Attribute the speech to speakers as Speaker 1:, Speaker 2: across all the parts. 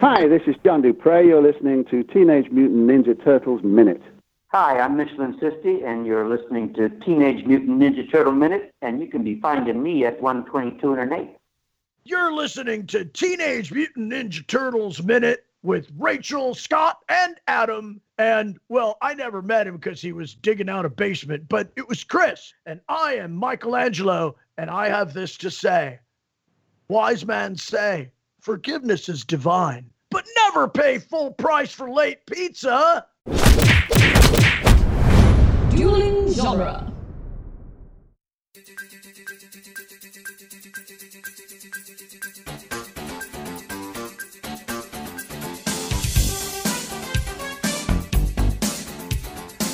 Speaker 1: Hi, this is John Dupre. You're listening to Teenage Mutant Ninja Turtles Minute.
Speaker 2: Hi, I'm Michelin Sisti, and you're listening to Teenage Mutant Ninja Turtle Minute, and you can be finding me at 122 and an 8.
Speaker 3: You're listening to Teenage Mutant Ninja Turtles Minute with Rachel, Scott, and Adam. And well, I never met him because he was digging out a basement, but it was Chris. And I am Michelangelo, and I have this to say Wise men say, forgiveness is divine, but never pay full price for late pizza.
Speaker 4: Dueling Genre.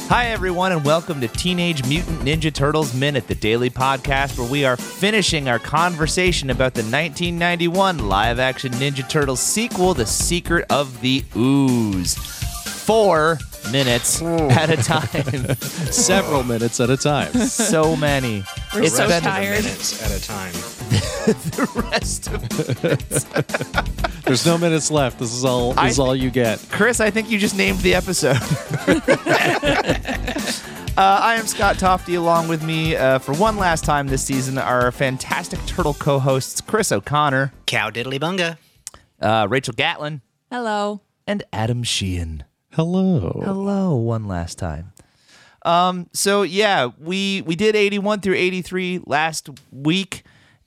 Speaker 5: Hi, everyone, and welcome to Teenage Mutant Ninja Turtles Minute, the daily podcast where we are finishing our conversation about the 1991 live action Ninja Turtles sequel, The Secret of the Ooze. Four minutes at a time.
Speaker 6: several minutes at a time.
Speaker 5: so many.
Speaker 4: We're
Speaker 5: It's
Speaker 4: so
Speaker 5: been-
Speaker 4: tired.
Speaker 7: minutes at a time.
Speaker 5: The rest of
Speaker 6: There's no minutes left. This is all
Speaker 5: I-
Speaker 6: this is all you get.
Speaker 5: Chris, I think you just named the episode. Uh, I am Scott Tofty. Along with me uh, for one last time this season are our fantastic Turtle co-hosts Chris O'Connor,
Speaker 7: Cow diddly bunga.
Speaker 5: uh, Rachel Gatlin,
Speaker 4: Hello.
Speaker 5: and Adam Sheehan.
Speaker 6: Hello.
Speaker 5: Hello, one last time. Um, so yeah, we we did 81 through 83 last week.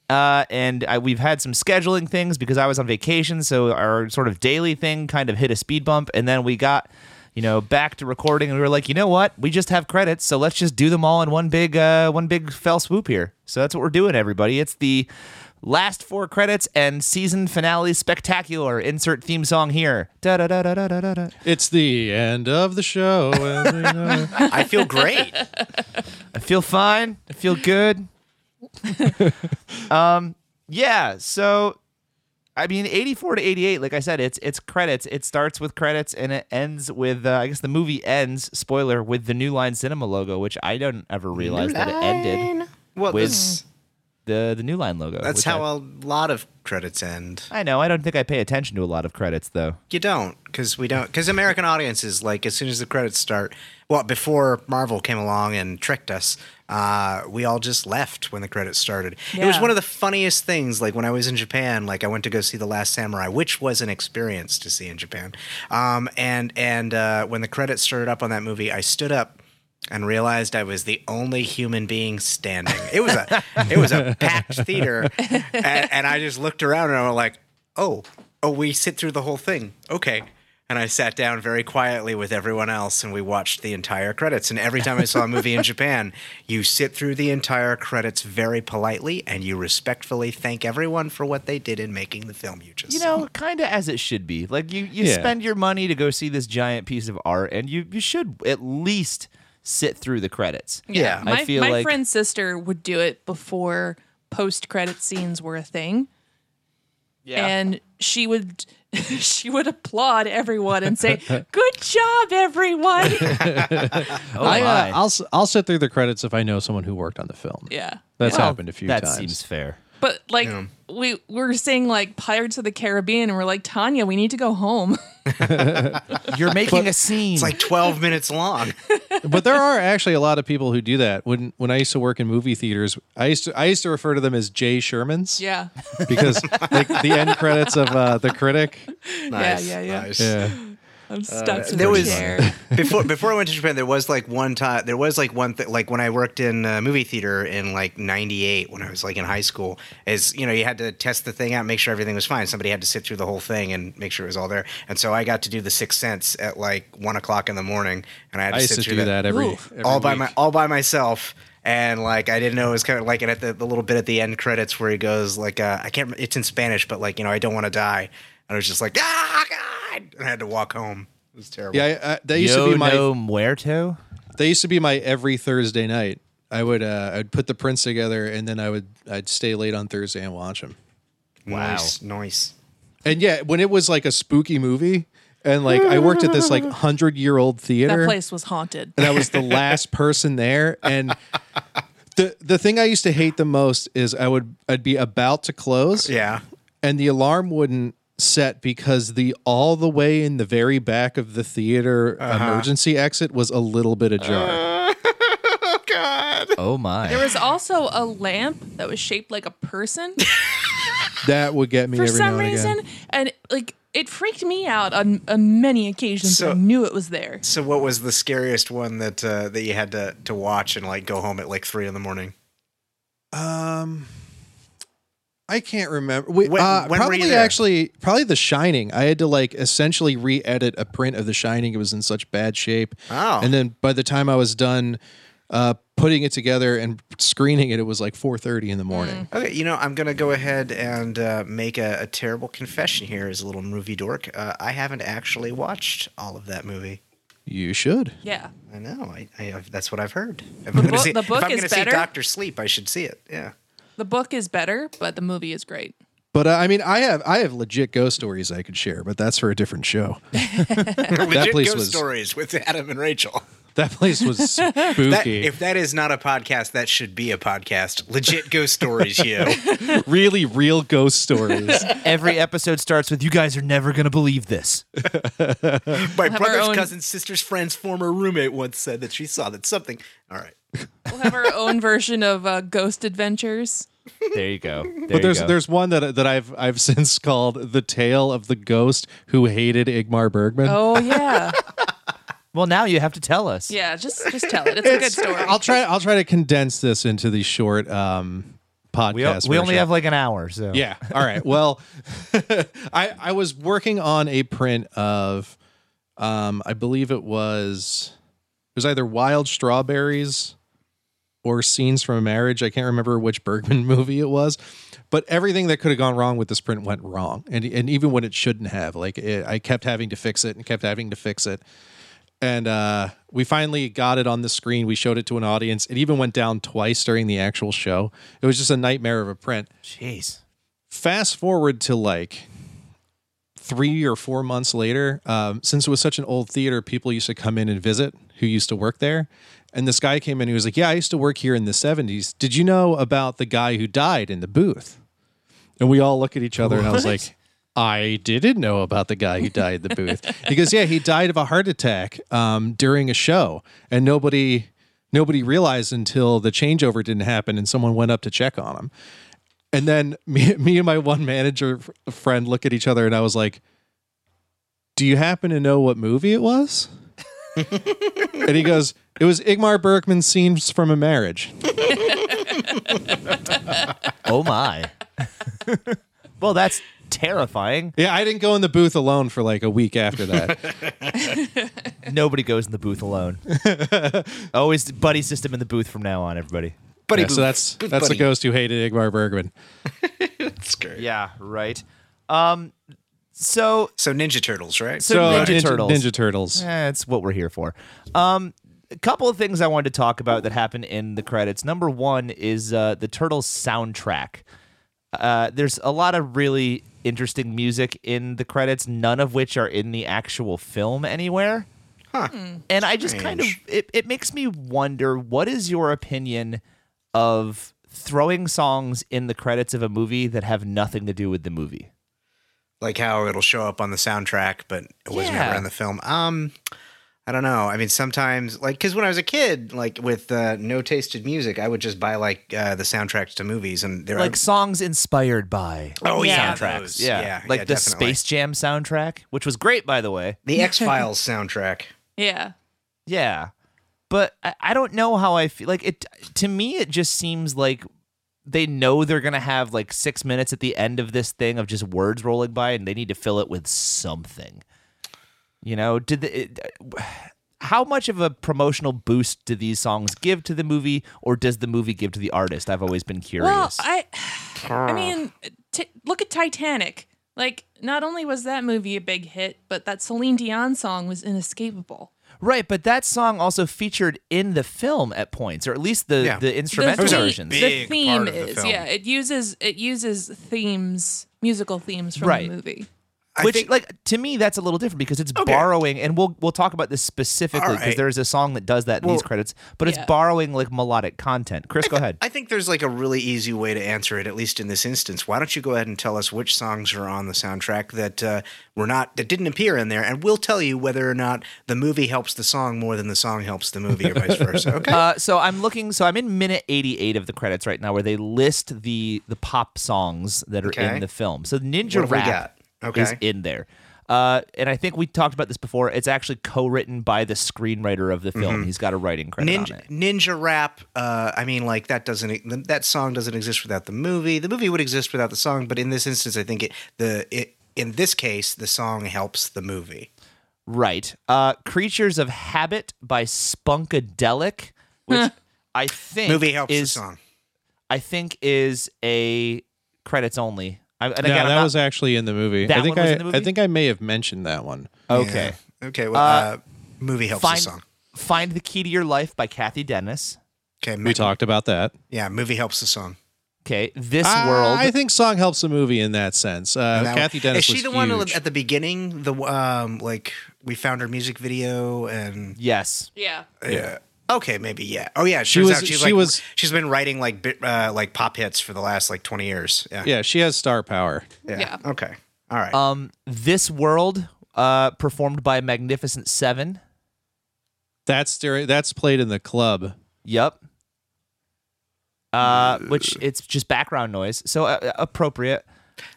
Speaker 5: Uh, and I, we've had some scheduling things because I was on vacation, so our sort of daily thing kind of hit a speed bump, and then we got, you know, back to recording, and we were like, you know what, we just have credits, so let's just do them all in one big, uh, one big fell swoop here. So that's what we're doing, everybody. It's the last four credits and season finale spectacular. Insert theme song here. Da da da da da da da.
Speaker 6: It's the end of the show. and we know-
Speaker 7: I feel great.
Speaker 5: I feel fine. I feel good. um, yeah. So, I mean, eighty-four to eighty-eight. Like I said, it's it's credits. It starts with credits and it ends with. Uh, I guess the movie ends. Spoiler with the New Line Cinema logo, which I don't ever realize that it ended
Speaker 7: Well,
Speaker 5: With-
Speaker 7: that's,
Speaker 5: the the New Line logo.
Speaker 7: that's
Speaker 5: which
Speaker 7: how
Speaker 5: I,
Speaker 7: a lot of credits end.
Speaker 5: I know. I don't think I pay attention to a lot of credits though.
Speaker 7: You don't, because we don't, because American audiences, like, as soon as the credits start, well, before Marvel came along and tricked us, uh, we all just left when the credits started. It was
Speaker 4: Yeah.
Speaker 7: one of the funniest things. Like, when I was in Japan, like, I went to go see The Last Samurai, which was an experience to see in Japan. Um, and and uh, when the credits started up on that movie, I stood up. and realized I was the only human being standing. It was a it was a packed theater, and, and I just looked around and I was like, "Oh, oh, we sit through the whole thing, okay." And I sat down very quietly with everyone else, and we watched the entire credits. And every time I saw a movie in Japan, you sit through the entire credits very politely, and you respectfully thank everyone for what they did in making the film you just
Speaker 5: You
Speaker 7: saw.
Speaker 5: know, kind of as it should be. Like you, you
Speaker 6: Yeah.
Speaker 5: spend your money to go see this giant piece of art, and you you should at least sit through the credits.
Speaker 7: Yeah.
Speaker 5: I
Speaker 4: My,
Speaker 5: feel
Speaker 4: my
Speaker 5: like-
Speaker 4: friend's sister would do it before post credit scenes were a thing. And she would she would applaud everyone and say, Good job, everyone.
Speaker 5: Oh
Speaker 6: I,
Speaker 5: my.
Speaker 6: uh, I'll s- I'll sit through the credits if I know someone who worked on the film.
Speaker 4: yeah.
Speaker 6: That's
Speaker 5: Well,
Speaker 6: happened a few
Speaker 5: that
Speaker 6: times.
Speaker 5: seems fair.
Speaker 4: But like we, we were saying like Pirates of the Caribbean and we're like, Tanya, we need to go home.
Speaker 5: You're making a scene.
Speaker 7: it's like twelve minutes long.
Speaker 6: but there are actually a lot of people who do that. When when I used to work in movie theaters, I used to I used to refer to them as Jay Shermans
Speaker 4: yeah.
Speaker 6: because like the end credits of uh, The Critic.
Speaker 7: Nice,
Speaker 4: yeah, yeah.
Speaker 7: nice. Uh,
Speaker 6: Yeah.
Speaker 4: I'm stuck to
Speaker 7: there
Speaker 4: the
Speaker 7: was-
Speaker 4: chair.
Speaker 7: before before I went to Japan, there was like one time there was like one thing like when I worked in uh, movie theater in like '98 when I was like in high school. Is you know you had to test the thing out, make sure everything was fine. Somebody had to sit through the whole thing and make sure it was all there. And so I got to do the Sixth Sense at like one o'clock in the morning, and I had to
Speaker 6: I used
Speaker 7: sit
Speaker 6: to
Speaker 7: through
Speaker 6: do that, every,
Speaker 4: Oof.
Speaker 6: every
Speaker 7: all by
Speaker 6: week.
Speaker 7: my all by myself. And like I didn't know it was kind of like and at the, the little bit at the end credits where he goes like uh, I can't rem- it's in Spanish but like you know I don't want to die and I was just like ah God and I had to walk home it was terrible
Speaker 6: Yeah, I, I, that used to be my
Speaker 5: no muerto.
Speaker 6: they used to be my every Thursday night. I would uh, I'd put the prints together and then I would I'd stay late on Thursday and watch them.
Speaker 7: Nice, nice.
Speaker 6: And yeah, when it was like a spooky movie and like I worked at this like 100-year-old theater
Speaker 4: That place was haunted.
Speaker 6: and I was the last person there and the the thing I used to hate the most is I would I'd be about to close
Speaker 7: Yeah.
Speaker 6: and the alarm wouldn't set because the all the way in the very back of the theater emergency exit was a little bit ajar.
Speaker 7: oh God.
Speaker 5: Oh my.
Speaker 4: There was also a lamp that was shaped like a person
Speaker 6: that would get me
Speaker 4: for
Speaker 6: every
Speaker 4: some
Speaker 6: now and
Speaker 4: reason,
Speaker 6: again.
Speaker 4: and like it freaked me out on, on many occasions.
Speaker 7: So-
Speaker 4: I knew it was there.
Speaker 7: So what was the scariest one that uh, that you had to to watch and like go home at like three in the morning?
Speaker 6: Um, I can't remember. Wait,
Speaker 7: When-
Speaker 6: uh,
Speaker 7: when were you
Speaker 6: probably
Speaker 7: there?
Speaker 6: actually, probably The Shining. I had to like essentially re-edit a print of The Shining. It was in such bad shape.
Speaker 7: Oh.
Speaker 6: And then by the time I was done uh, putting it together and screening it, it was like 4:30 in the morning.
Speaker 7: Okay, you know I'm gonna go ahead and uh, make a, a terrible confession here as a little movie dork. Uh, I haven't actually watched all of that movie.
Speaker 6: You should.
Speaker 4: Yeah,
Speaker 7: I know. I, I I've- that's what I've heard. If I'm gonna
Speaker 4: book-
Speaker 7: see,
Speaker 4: the
Speaker 7: if
Speaker 4: book
Speaker 7: I'm
Speaker 4: is
Speaker 7: gonna
Speaker 4: better?
Speaker 7: see Doctor Sleep, I should see it. Yeah.
Speaker 4: the book is better, but the movie is great.
Speaker 6: But uh, I mean, I have I have legit ghost stories I could share, but that's for a different show.
Speaker 7: Legit
Speaker 6: place
Speaker 7: ghost
Speaker 6: was-
Speaker 7: stories with Adam and Rachel.
Speaker 6: That place was spooky.
Speaker 7: That, if that is not a podcast, that should be a podcast. Legit ghost stories, you.
Speaker 6: really real ghost stories.
Speaker 5: Every episode starts with you guys are never going to believe this.
Speaker 7: My
Speaker 4: have our
Speaker 7: brother's
Speaker 4: own-
Speaker 7: cousin's sister's friend's former roommate once said that she saw that something. All right.
Speaker 4: We'll have our own version of uh, Ghost Adventures.
Speaker 5: There you go.
Speaker 6: but there's there's one that that I've I've since called the tale of the ghost who hated Igmar Bergman.
Speaker 4: Oh yeah,
Speaker 5: Well, now you have to tell us.
Speaker 4: yeah. Just just tell it. It's a good story.
Speaker 6: I'll try I'll try to condense this into the short um podcast.
Speaker 5: We, o- we only
Speaker 6: version.
Speaker 5: have like an hour, so
Speaker 6: Yeah. All right. Well, I I was working on a print of, um, I believe it was, it was either Wild Strawberries or Scenes from a Marriage. I can't remember which Bergman movie it was, but everything that could have gone wrong with this print went wrong, and and even when it shouldn't have. Like it, I kept having to fix it and kept having to fix it. And uh, we finally got it on the screen. We showed it to an audience. It even went down twice during the actual show. It was just a nightmare of a print
Speaker 5: Jeez.
Speaker 6: fast forward to like three or four months later, um, since it was such an old theater, people used to come in and visit who used to work there. And this guy came in, he was like, Yeah, I used to work here in the 70s. Did you know about the guy who died in the booth? And we all look at each other, and I was like, I didn't know about the guy who died in the booth. he goes, Yeah, he died of a heart attack um, during a show. And nobody. Nobody realized until the changeover didn't happen and someone went up to check on him. And then me, me and my one manager f- friend look at each other, and I was like, "Do you happen to know what movie it was?" and he goes, "It was Igmar Bergman's scenes from a marriage."
Speaker 5: Oh my. well, that's terrifying.
Speaker 6: Yeah, I didn't go in the booth alone for like a week after that.
Speaker 5: Nobody goes in the booth alone. Always buddy system in Oh, the booth from now on, everybody.
Speaker 7: Buddy
Speaker 6: Yeah, so that's
Speaker 7: Booth
Speaker 6: that's the
Speaker 7: Buddy.
Speaker 6: ghost who hated Igmar Bergman.
Speaker 7: That's great.
Speaker 5: Yeah, right. Um, so
Speaker 7: So Ninja Turtles, right?
Speaker 5: So- Ninja Turtles.
Speaker 6: Ninja Turtles.
Speaker 5: Eh, it's what we're here for. Um, a couple of things I wanted to talk about that happened in the credits. Number one is uh, the Turtles soundtrack. Uh, there's a lot of really interesting music in the credits, none of which are in the actual film anywhere. Huh. And I just kind of it, it makes me wonder what is your opinion of throwing songs in the credits of a movie that have nothing to do with the movie?
Speaker 7: like how it'll show up on the soundtrack, but it was
Speaker 5: Yeah.
Speaker 7: never in the film. Um, I don't know. I mean, sometimes, like, because when I was a kid, like with uh, no tasted music, I would just buy like uh, the soundtracks to movies, and they're
Speaker 5: Like songs inspired by
Speaker 7: oh yeah,
Speaker 5: soundtracks.
Speaker 7: those.
Speaker 5: Yeah. Like
Speaker 7: yeah,
Speaker 5: the
Speaker 7: definitely.
Speaker 5: Space Jam soundtrack, which was great, by the way.
Speaker 7: the X Files soundtrack.
Speaker 4: yeah,
Speaker 5: Yeah. But I, I don't know how I feel. Like, it to me, it just seems like they know they're going to have like six minutes at the end of this thing of just words rolling by and they need to fill it with something. You know, did the. It, how much of a promotional boost do these songs give to the movie, or does the movie give to the artist? I've always been curious.
Speaker 4: Well, I, I mean, t- look at Titanic. Like, not only was that movie a big hit, but that Celine Dion song was inescapable.
Speaker 5: Right, but that song also featured in the film at points, or at least the,
Speaker 7: Yeah.
Speaker 5: the instrumental
Speaker 4: the, theme-
Speaker 5: versions.
Speaker 7: big
Speaker 4: the theme
Speaker 7: part of the
Speaker 4: is
Speaker 7: film.
Speaker 4: yeah, it uses it uses themes, musical themes from
Speaker 5: Right.
Speaker 4: the movie.
Speaker 7: I
Speaker 5: Which,
Speaker 7: think-
Speaker 5: like, to me, that's a little different because it's borrowing, and we'll we'll talk about this specifically because
Speaker 7: Alright.
Speaker 5: there is a song that does that in
Speaker 7: Well-
Speaker 5: these credits, but it's
Speaker 4: Yeah.
Speaker 5: borrowing like melodic content. Chris, go ahead.
Speaker 7: I think there's like a really easy way to answer it, at least in this instance. Why don't you go ahead and tell us which songs are on the soundtrack that uh, were not that didn't appear in there, and we'll tell you whether or not the movie helps the song more than the song helps the movie, or vice versa. Okay.
Speaker 5: Uh, so I'm looking. So I'm in minute 88 of the credits right now, where they list the the pop songs that are
Speaker 7: Okay.
Speaker 5: in the film. So Ninja
Speaker 7: What have we
Speaker 5: Rap
Speaker 7: got? Okay.
Speaker 5: is in there, uh, and I think we talked about this before. It's actually co-written by the screenwriter of the film. He's got a writing credit on
Speaker 7: Mm-hmm. Ninja,
Speaker 5: it.
Speaker 7: ninja rap. Uh, I mean, like that doesn't e, that song doesn't exist without the movie. The movie would exist without the song, but in this instance, I think it the it, in this case the song helps the movie.
Speaker 5: Right. Uh, Creatures of Habit by Spunkadelic, which I think
Speaker 7: Movie helps the
Speaker 5: is
Speaker 7: song.
Speaker 5: I think is a credits only. I, and
Speaker 6: No,
Speaker 5: again, I'm
Speaker 6: that
Speaker 5: not-
Speaker 6: was actually in the movie.
Speaker 5: That
Speaker 6: I think
Speaker 5: one was
Speaker 6: I,
Speaker 5: in the movie?
Speaker 6: I think I may have mentioned that one.
Speaker 5: okay.
Speaker 7: Yeah. Okay. Well, uh, movie helps the
Speaker 5: Find
Speaker 7: song.
Speaker 5: Find the Key to Your Life by Kathy Dennis.
Speaker 7: Okay.
Speaker 6: We talked about that.
Speaker 7: Yeah. Movie helps the song.
Speaker 5: Okay, this
Speaker 6: Ah,
Speaker 5: world.
Speaker 6: I think song helps the movie in that sense. Uh,
Speaker 7: That
Speaker 6: Kathy
Speaker 7: one.
Speaker 6: Dennis
Speaker 7: Is she
Speaker 6: was
Speaker 7: the one
Speaker 6: huge.
Speaker 7: at the beginning? The um, like we found her music video and
Speaker 5: yes.
Speaker 4: Yeah.
Speaker 7: yeah. Okay, maybe yeah. Oh yeah,
Speaker 6: She
Speaker 7: turns
Speaker 6: was-
Speaker 7: out she's
Speaker 6: she
Speaker 7: like
Speaker 6: was-
Speaker 7: she's been writing like bit, uh, like pop hits for the last like twenty years. Yeah.
Speaker 6: yeah, she has star power.
Speaker 7: Yeah.
Speaker 4: Yeah.
Speaker 7: Okay. All right.
Speaker 5: Um, this world, uh, performed by Magnificent Seven.
Speaker 6: That's during, that's played in the club.
Speaker 5: Yep. Uh, which it's just background noise, so uh, appropriate.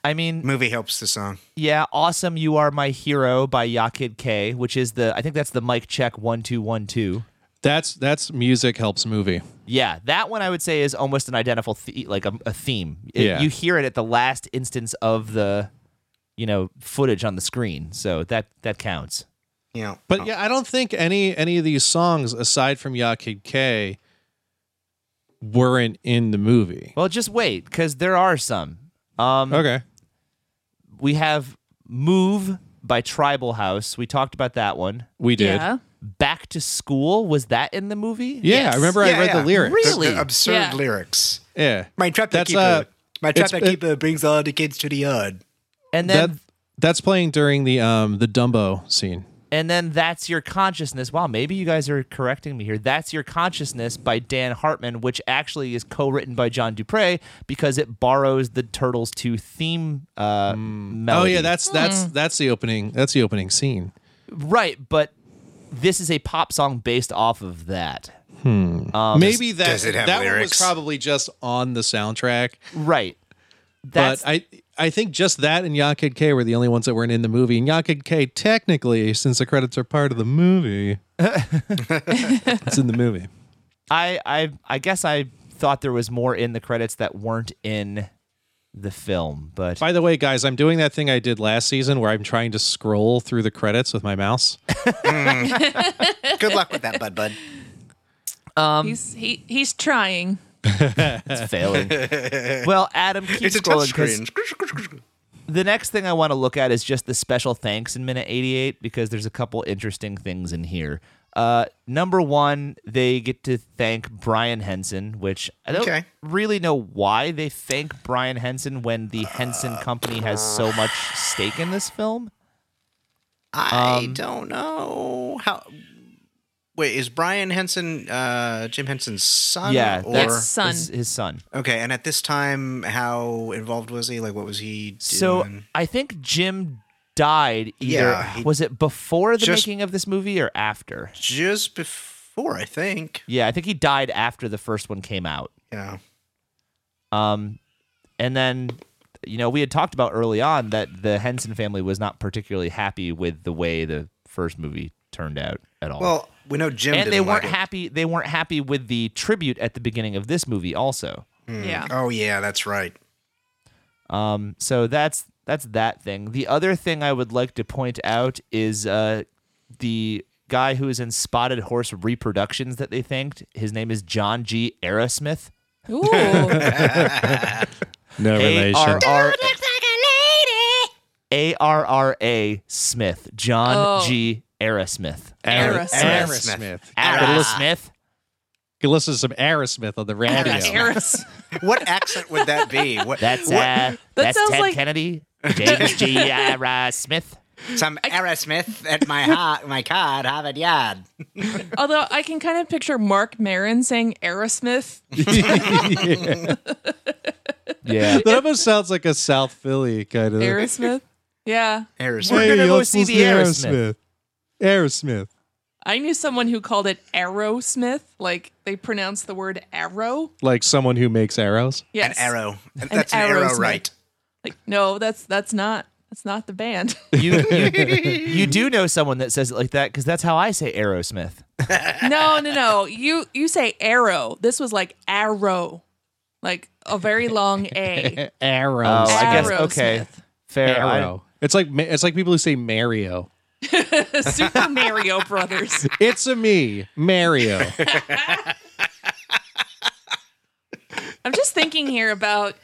Speaker 5: I mean,
Speaker 7: Movie helps the song.
Speaker 5: yeah, awesome. You are my hero by Yakid K, which is the I think that's the mic check one two one two.
Speaker 6: That's that's music helps movie.
Speaker 5: Yeah, that one I would say is almost an identical the- like a, a theme. It-
Speaker 6: Yeah.
Speaker 5: you hear it at the last instance of the, you know, footage on the screen, so that that counts.
Speaker 7: You know.
Speaker 6: But yeah, I don't think any any of these songs aside from Ya Kid K weren't in the movie.
Speaker 5: Well, just wait, because there are some. Um,
Speaker 6: Okay.
Speaker 5: We have Move by Tribal House. We talked about that one.
Speaker 6: We did. Yeah,
Speaker 4: Yeah.
Speaker 5: Back to School, was that in the movie?
Speaker 4: Yes.
Speaker 6: I remember
Speaker 7: Yeah,
Speaker 6: I read
Speaker 7: yeah.
Speaker 6: the lyrics.
Speaker 5: Really?
Speaker 7: They're- they're absurd
Speaker 4: Yeah.
Speaker 7: lyrics.
Speaker 6: Yeah.
Speaker 7: My trap
Speaker 6: That's,
Speaker 7: keeper.
Speaker 6: uh,
Speaker 7: my trap
Speaker 6: it's- it-
Speaker 7: keeper brings all the kids to the yard.
Speaker 5: And then
Speaker 6: that that's playing during the um the Dumbo scene.
Speaker 5: and then That's Your Consciousness. Wow, maybe you guys are correcting me here. That's Your Consciousness by Dan Hartman, which actually is co-written by John Dupre because it borrows the Turtles 2 theme uh melody.
Speaker 6: Oh yeah, that's that's
Speaker 5: Hmm.
Speaker 6: that's the opening. That's the opening scene.
Speaker 5: right, but this is a pop song based off of that.
Speaker 6: Maybe that
Speaker 7: Um, does it have
Speaker 6: that
Speaker 7: lyrics?
Speaker 6: one was probably just on the soundtrack.
Speaker 5: Right. That's
Speaker 6: but I I think just that and Yakid K were the only ones that weren't in the movie. And Yakid K technically, since the credits are part of the movie, it's in the movie.
Speaker 5: I I I guess I thought there was more in the credits that weren't in the film, but
Speaker 6: By the way, guys, I'm doing that thing I did last season where I'm trying to scroll through the credits with my mouse.
Speaker 7: Good luck with that, bud. Bud.
Speaker 4: he's he he's trying.
Speaker 5: it's failing. well, Adam, keep
Speaker 7: It's a touch
Speaker 5: scrolling 'cause
Speaker 7: screen.
Speaker 5: the next thing I want to look at is just the special thanks in minute 88 because there's a couple interesting things in here. Uh, number one, they get to thank Brian Henson, which I don't
Speaker 7: Okay.
Speaker 5: really know why they thank Brian Henson when the Henson Company has so much stake in this film.
Speaker 7: I
Speaker 5: Um,
Speaker 7: don't know how. Wait, is Brian Henson uh, Jim Henson's son?
Speaker 5: yeah,
Speaker 7: or
Speaker 5: that's
Speaker 4: Yes, son.
Speaker 5: his- his son.
Speaker 7: okay. And at this time, how involved was he? Like, what was he doing?
Speaker 5: So I think Jim died either
Speaker 7: Yeah, he-
Speaker 5: was it before the
Speaker 7: Just-
Speaker 5: making of this movie or after?
Speaker 7: just before, I think.
Speaker 5: Yeah, I think he died after the first one came out.
Speaker 7: Yeah.
Speaker 5: Um and then you know, we had talked about early on that the Henson family was not particularly happy with the way the first movie turned out at all.
Speaker 7: Well, we know Jim.
Speaker 5: and
Speaker 7: didn't
Speaker 5: they weren't
Speaker 7: like it.
Speaker 5: happy they weren't happy with the tribute at the beginning of this movie also.
Speaker 4: Yeah.
Speaker 7: Oh yeah, that's right.
Speaker 5: Um, so that's that's that thing. The other thing I would like to point out is uh, the guy who is in Spotted Horse Reproductions that they thanked. His name is John G. Aerosmith.
Speaker 4: Ooh. yeah.
Speaker 6: No
Speaker 5: A R R
Speaker 8: looks like a lady.
Speaker 5: A R R A Smith. John
Speaker 4: Oh.
Speaker 5: G. Aerosmith.
Speaker 4: Aerosmith.
Speaker 6: Aerosmith.
Speaker 5: Aerosmith.
Speaker 6: You can listen to some Aerosmith on the radio.
Speaker 4: Eris.
Speaker 7: What accent would that be? What?
Speaker 5: That's
Speaker 7: what,
Speaker 5: uh, that's
Speaker 4: sounds
Speaker 5: Ted
Speaker 4: like-
Speaker 5: Kennedy. James G. R. Smith.
Speaker 7: Some Aerosmith at my heart, my card, Harvard Yard.
Speaker 4: Although I can kind of picture Mark Marin saying Aerosmith.
Speaker 5: Yeah.
Speaker 6: That almost sounds like a South Philly kind of.
Speaker 4: Aerosmith. Yeah.
Speaker 7: Aerosmith.
Speaker 5: We're
Speaker 6: Hey,
Speaker 5: gonna go
Speaker 6: let's
Speaker 5: see the
Speaker 6: listen to Aerosmith. Aerosmith.
Speaker 4: I knew someone who called it Aerosmith. Like they pronounce the word arrow.
Speaker 6: Like someone who makes arrows.
Speaker 7: An
Speaker 4: Yes.
Speaker 7: arrow. That's an
Speaker 4: arrow
Speaker 7: arrow,
Speaker 4: smith.
Speaker 7: right?
Speaker 4: Like, no, that's that's not that's not the band.
Speaker 5: You, you, you do know someone that says it like that because that's how I say Aerosmith.
Speaker 4: no, no, no. You you say arrow. This was like arrow. Like a very long A.
Speaker 6: Arrows.
Speaker 5: Oh, I guess
Speaker 4: Aerosmith.
Speaker 5: okay, fair. I-
Speaker 6: Arrow. It's like ma- it's like people who say Mario.
Speaker 4: Super Mario Brothers.
Speaker 6: It's a me, Mario.
Speaker 4: I'm just thinking here about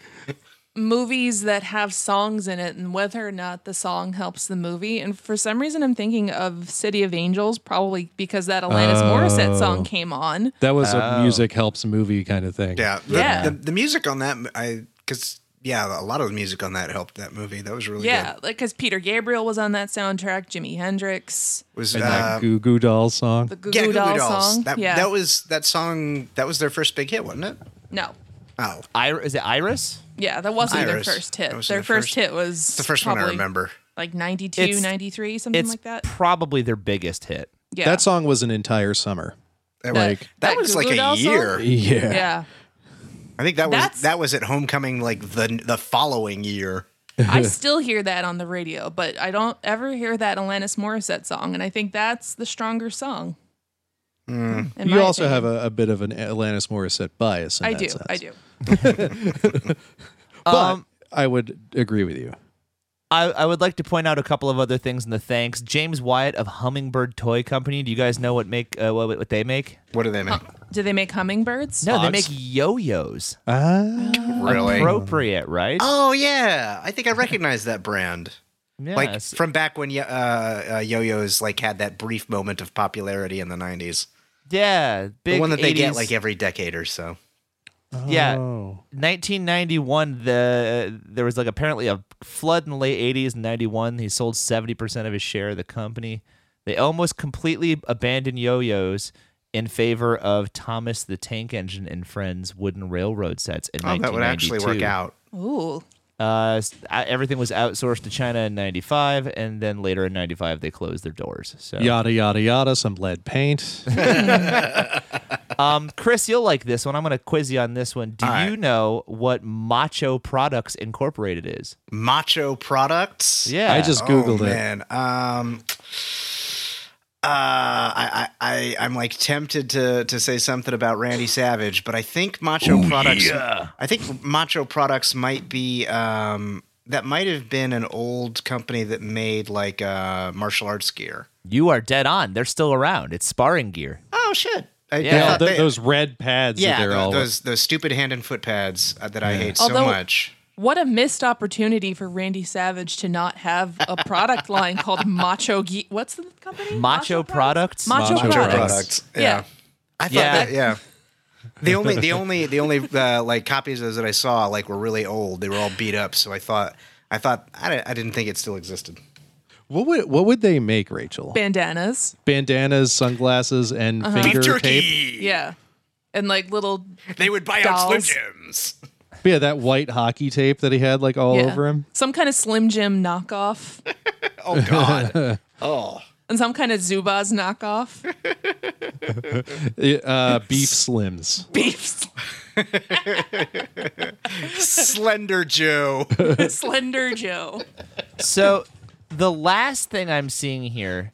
Speaker 4: movies that have songs in it and whether or not the song helps the movie. And for some reason, I'm thinking of City of Angels, probably because that Alanis Morissette
Speaker 6: Oh.
Speaker 4: song came on.
Speaker 6: That was a music helps movie kind of thing.
Speaker 7: Yeah. The,
Speaker 4: Yeah.
Speaker 7: The, the music on that, I because yeah, a lot of the music on that helped that movie. That was really
Speaker 4: Yeah,
Speaker 7: good.
Speaker 4: like because Peter Gabriel was on that soundtrack, Jimi Hendrix,
Speaker 7: Was
Speaker 6: And
Speaker 7: uh,
Speaker 6: that Goo Goo Doll song.
Speaker 4: the Goo
Speaker 7: yeah,
Speaker 4: Goo Dolls song.
Speaker 7: That,
Speaker 4: yeah,
Speaker 7: that was that song. That was their first big hit, wasn't it?
Speaker 4: no,
Speaker 7: Oh, it's
Speaker 5: I, is it Iris?
Speaker 4: yeah, that wasn't
Speaker 7: Iris.
Speaker 4: their first hit.
Speaker 7: That
Speaker 4: Their
Speaker 7: was
Speaker 4: first,
Speaker 7: their first-
Speaker 4: hit was
Speaker 7: the first one I
Speaker 4: probably
Speaker 7: remember.
Speaker 4: like 92,
Speaker 5: It's-
Speaker 4: 93, something
Speaker 5: It's
Speaker 4: like that.
Speaker 5: probably their biggest hit.
Speaker 4: Yeah,
Speaker 6: That song was an entire summer.
Speaker 7: That,
Speaker 4: That-
Speaker 7: was- that
Speaker 4: that
Speaker 7: was like
Speaker 4: Goo Goo
Speaker 7: a
Speaker 4: Dolls song?
Speaker 7: year.
Speaker 6: Yeah.
Speaker 4: yeah.
Speaker 7: I think that was
Speaker 4: That's-
Speaker 7: that was at homecoming like the the following year.
Speaker 4: I still hear that on the radio, but I don't ever hear that Alanis Morissette song, and I think that's the stronger song.
Speaker 7: Hmm.
Speaker 4: in
Speaker 6: You
Speaker 4: my
Speaker 6: also
Speaker 4: opinion.
Speaker 6: have a, a bit of an Alanis Morissette bias. In
Speaker 4: I
Speaker 6: that
Speaker 4: do.
Speaker 6: sense.
Speaker 4: I do.
Speaker 6: But
Speaker 5: Um,
Speaker 6: I would agree with you.
Speaker 5: I, I would like to point out a couple of other things in the thanks. James Wyatt of Hummingbird Toy Company. Do you guys know what make uh, what, what they make?
Speaker 7: What do they make?
Speaker 4: Do they make hummingbirds?
Speaker 5: No, they
Speaker 6: Fox.
Speaker 5: make yo-yos.
Speaker 6: Ah,
Speaker 7: really?
Speaker 5: Appropriate, right?
Speaker 7: oh yeah, I think I recognize that brand. Like
Speaker 5: Yes.
Speaker 7: from back when yo- uh, uh, yo-yos like had that brief moment of popularity in the '90s.
Speaker 5: yeah, big
Speaker 7: the one that they get
Speaker 5: 80s
Speaker 7: like every decade or so.
Speaker 5: Yeah.
Speaker 6: Oh.
Speaker 5: 1991 the there was like apparently a flood in the late 80s and 91 he sold 70% of his share of the company they almost completely abandoned yo-yos in favor of thomas the tank engine and friends wooden railroad sets in
Speaker 7: Oh, that would actually work
Speaker 5: 1992.
Speaker 7: out.
Speaker 4: Ooh.
Speaker 5: uh, s- I- everything was outsourced to china in 95 and then later in 95 they closed their doors so
Speaker 6: Yada yada yada. Some lead paint.
Speaker 5: um, chris you'll like this one i'm going to quiz you on this one do
Speaker 7: All right.
Speaker 5: you know what macho products incorporated is
Speaker 7: Macho products.
Speaker 5: yeah
Speaker 6: I just
Speaker 7: oh,
Speaker 6: googled it.
Speaker 7: man. Um, uh, I, I, I, I'm like tempted to to say something about Randy Savage, but I think Macho Products. I think Macho Products might be. Um, that might have been an old company that made like uh, martial arts gear.
Speaker 5: You are dead on. They're still around. It's sparring gear.
Speaker 7: Oh shit!
Speaker 5: Yeah.
Speaker 7: I, I
Speaker 6: Yeah,
Speaker 7: thought
Speaker 6: th-
Speaker 7: they-
Speaker 6: those red pads
Speaker 7: yeah,
Speaker 6: that they're
Speaker 7: th-
Speaker 6: all.
Speaker 7: those those stupid hand and foot pads uh, that I hate so
Speaker 4: Although-
Speaker 7: much.
Speaker 4: What a missed opportunity for Randy Savage to not have a product line called Macho Ge- What's the company?
Speaker 5: Macho products.
Speaker 4: Macho,
Speaker 6: Macho
Speaker 4: products.
Speaker 7: Products,
Speaker 4: Yeah.
Speaker 7: yeah. I thought
Speaker 5: Yeah.
Speaker 7: that yeah. The only the only the only uh, like copies of those that I saw like were really old. They were all beat up, so I thought I thought I, di- I didn't think it still existed.
Speaker 6: what would what would they make, Rachel?
Speaker 4: Bandanas.
Speaker 6: Bandanas, sunglasses, and finger tape.
Speaker 4: Yeah. And like little
Speaker 7: They would buy
Speaker 4: out Slim Dolls.
Speaker 7: Jims.
Speaker 6: Yeah, that white hockey tape that he had like all
Speaker 4: yeah.
Speaker 6: over him.
Speaker 4: Some kind of Slim Jim knockoff.
Speaker 7: Oh god. oh.
Speaker 4: and some kind of Zubaz knockoff.
Speaker 6: Uh, beef slims.
Speaker 4: Beef
Speaker 7: Slender Joe.
Speaker 4: Slender Joe.
Speaker 5: So the last thing I'm seeing here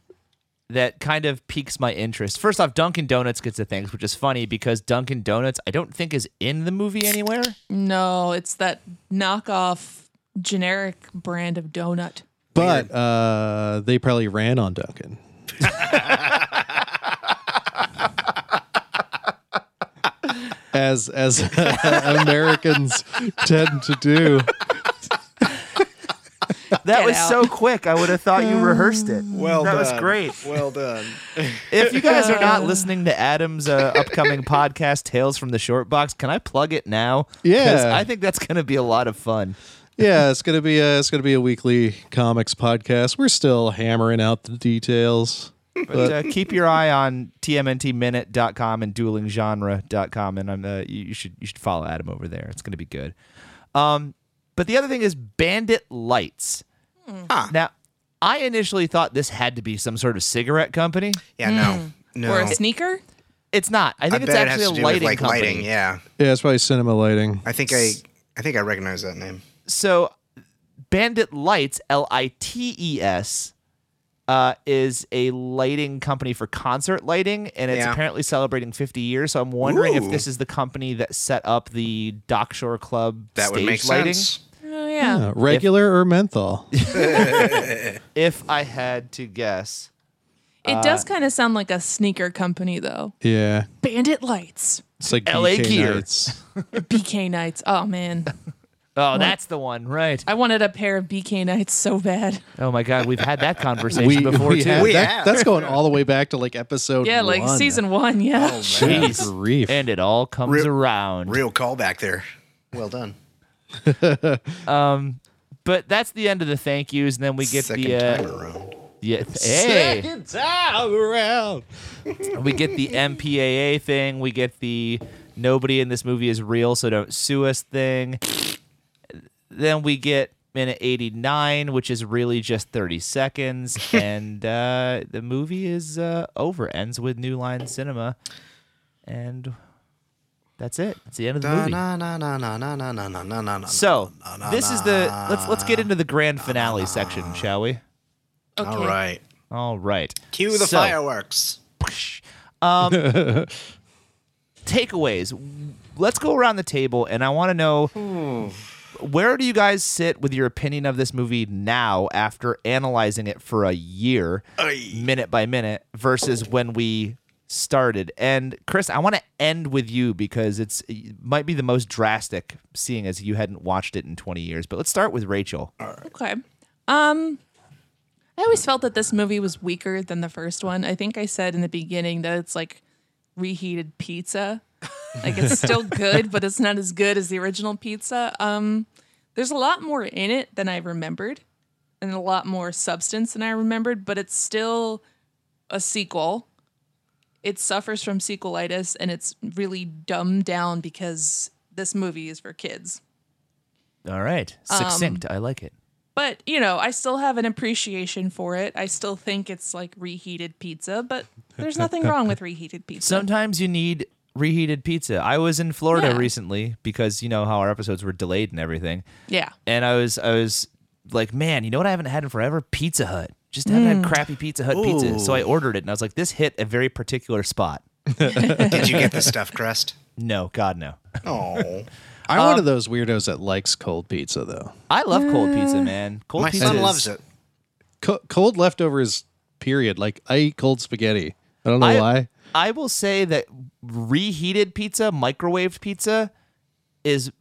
Speaker 5: that kind of piques my interest. First off, Dunkin' Donuts gets the thanks, which is funny because Dunkin' Donuts I don't think is in the movie anywhere.
Speaker 4: No, it's that knockoff generic brand of donut.
Speaker 6: But uh, they probably ran on Duncan. as as Americans tend to do.
Speaker 5: That
Speaker 4: Get
Speaker 5: was
Speaker 4: out.
Speaker 5: so quick. I would have thought you rehearsed it.
Speaker 7: Well
Speaker 5: that
Speaker 7: done.
Speaker 5: was great.
Speaker 7: Well done.
Speaker 5: If you guys are not listening to Adam's uh, upcoming podcast, Tales from the Short Box, can I plug it now? 'Cause
Speaker 6: Yeah.
Speaker 5: I think that's going to be a lot of fun.
Speaker 6: yeah, it's gonna be a it's gonna be a weekly comics podcast. We're still hammering out the details.
Speaker 5: But uh, keep your eye on tmntminute.com and duelinggenre.com, and I'm uh, you, you should you should follow Adam over there. It's going to be good. Um, but the other thing is Bandit Lights.
Speaker 4: Hmm.
Speaker 7: Ah.
Speaker 5: Now, I initially thought this had to be some sort of cigarette company.
Speaker 7: Yeah, no,
Speaker 5: Hmm.
Speaker 7: no.
Speaker 4: Or a sneaker?
Speaker 5: It's not. I think
Speaker 7: I
Speaker 5: it's
Speaker 7: bet it has
Speaker 5: actually
Speaker 7: to
Speaker 5: a
Speaker 7: do
Speaker 5: lighting
Speaker 7: with like
Speaker 5: company.
Speaker 7: lighting. Yeah,
Speaker 6: Yeah, it's probably cinema lighting.
Speaker 7: I think I, I think I recognize that name.
Speaker 5: so Bandit Lights, L I T E S, uh, is a lighting company for concert lighting, and it's
Speaker 7: Yeah.
Speaker 5: apparently celebrating 50 years. So I'm wondering if
Speaker 7: Ooh.
Speaker 5: this is the company that set up the Dock Shore Club
Speaker 7: That
Speaker 5: stage
Speaker 7: would make
Speaker 5: lighting.
Speaker 7: sense.
Speaker 4: Oh, yeah.
Speaker 6: Yeah, Uh, regular or menthol?
Speaker 5: If I had to guess,
Speaker 6: Uh,
Speaker 4: It does kind of sound like a sneaker company, though.
Speaker 6: yeah,
Speaker 4: Bandit Lights,
Speaker 6: it's like
Speaker 5: LA
Speaker 6: BK
Speaker 5: gear.
Speaker 6: nights.
Speaker 4: BK Nights. Oh, man.
Speaker 5: oh, that's the one, right?
Speaker 4: I wanted a pair of BK Nights so bad.
Speaker 5: Oh my God, we've had that conversation
Speaker 6: We,
Speaker 5: before
Speaker 6: we
Speaker 5: too.
Speaker 6: have,
Speaker 7: We
Speaker 6: that-
Speaker 7: have.
Speaker 6: That's going all the way back to like episode.
Speaker 4: Yeah, like
Speaker 6: one. Oh,
Speaker 4: season one. Yeah.
Speaker 5: Jeez.
Speaker 6: Good grief.
Speaker 5: And it all comes
Speaker 7: Real-
Speaker 5: around.
Speaker 7: Real callback there. Well done.
Speaker 5: But that's the end of the thank yous, and then we get
Speaker 7: Second
Speaker 5: the
Speaker 7: time
Speaker 5: uh,
Speaker 7: around.
Speaker 5: yeah, hey.
Speaker 6: time around.
Speaker 5: we get the MPAA thing. We get the nobody in this movie is real, so don't sue us thing. Then we get minute 89, which is really just 30 seconds. and uh, the movie is uh, over, ends with New Line Cinema. And that's it. That's the end of the
Speaker 7: Na
Speaker 5: movie.
Speaker 7: na na na na na na na na na na.
Speaker 5: So this is the let's let's get into the grand finale section, shall we?
Speaker 4: Okay.
Speaker 7: all right.
Speaker 5: All right.
Speaker 7: Cue the
Speaker 5: So-
Speaker 7: fireworks.
Speaker 5: takeaways. Let's go around the table, and I want to know where do you guys sit with your opinion of this movie now, after analyzing it for a year, minute by minute, versus when we started. And Chris, I want to end with you because it's it might be the most drastic, seeing as you hadn't watched it in 20 years. But let's start with Rachel.
Speaker 4: Okay. Um, I always felt that this movie was weaker than the first one. I think I said in the beginning that it's like reheated pizza. Like it's still good, but it's not as good as the original pizza. Um, there's a lot more in it than I remembered, and a lot more substance than I remembered. But it's still a sequel. It suffers from sequelitis, and it's really dumbed down because this movie is for kids.
Speaker 5: All right, succinct. I like it.
Speaker 4: but you know, I still have an appreciation for it. I still think it's like reheated pizza, but there's nothing wrong with reheated pizza.
Speaker 5: Sometimes you need reheated pizza. I was in Florida
Speaker 4: Yeah.
Speaker 5: recently because you know how our episodes were delayed and everything.
Speaker 4: yeah.
Speaker 5: and I was I was like, man, you know what I haven't had in forever? Pizza Hut. Just haven't had crappy Pizza Hut pizza. So I ordered it, and I was like, this hit a very particular spot.
Speaker 7: Did you get the stuffed crust?
Speaker 5: No, God no.
Speaker 7: Oh,
Speaker 5: Um,
Speaker 6: I'm one of those weirdos that likes cold pizza though.
Speaker 5: I love cold pizza, man. Cold
Speaker 7: my
Speaker 5: pizza
Speaker 7: son
Speaker 5: is-
Speaker 7: loves it.
Speaker 6: Co- cold leftovers. Period. Like I eat cold spaghetti. I don't know
Speaker 5: I-
Speaker 6: why.
Speaker 5: I will say that reheated pizza, microwaved pizza, is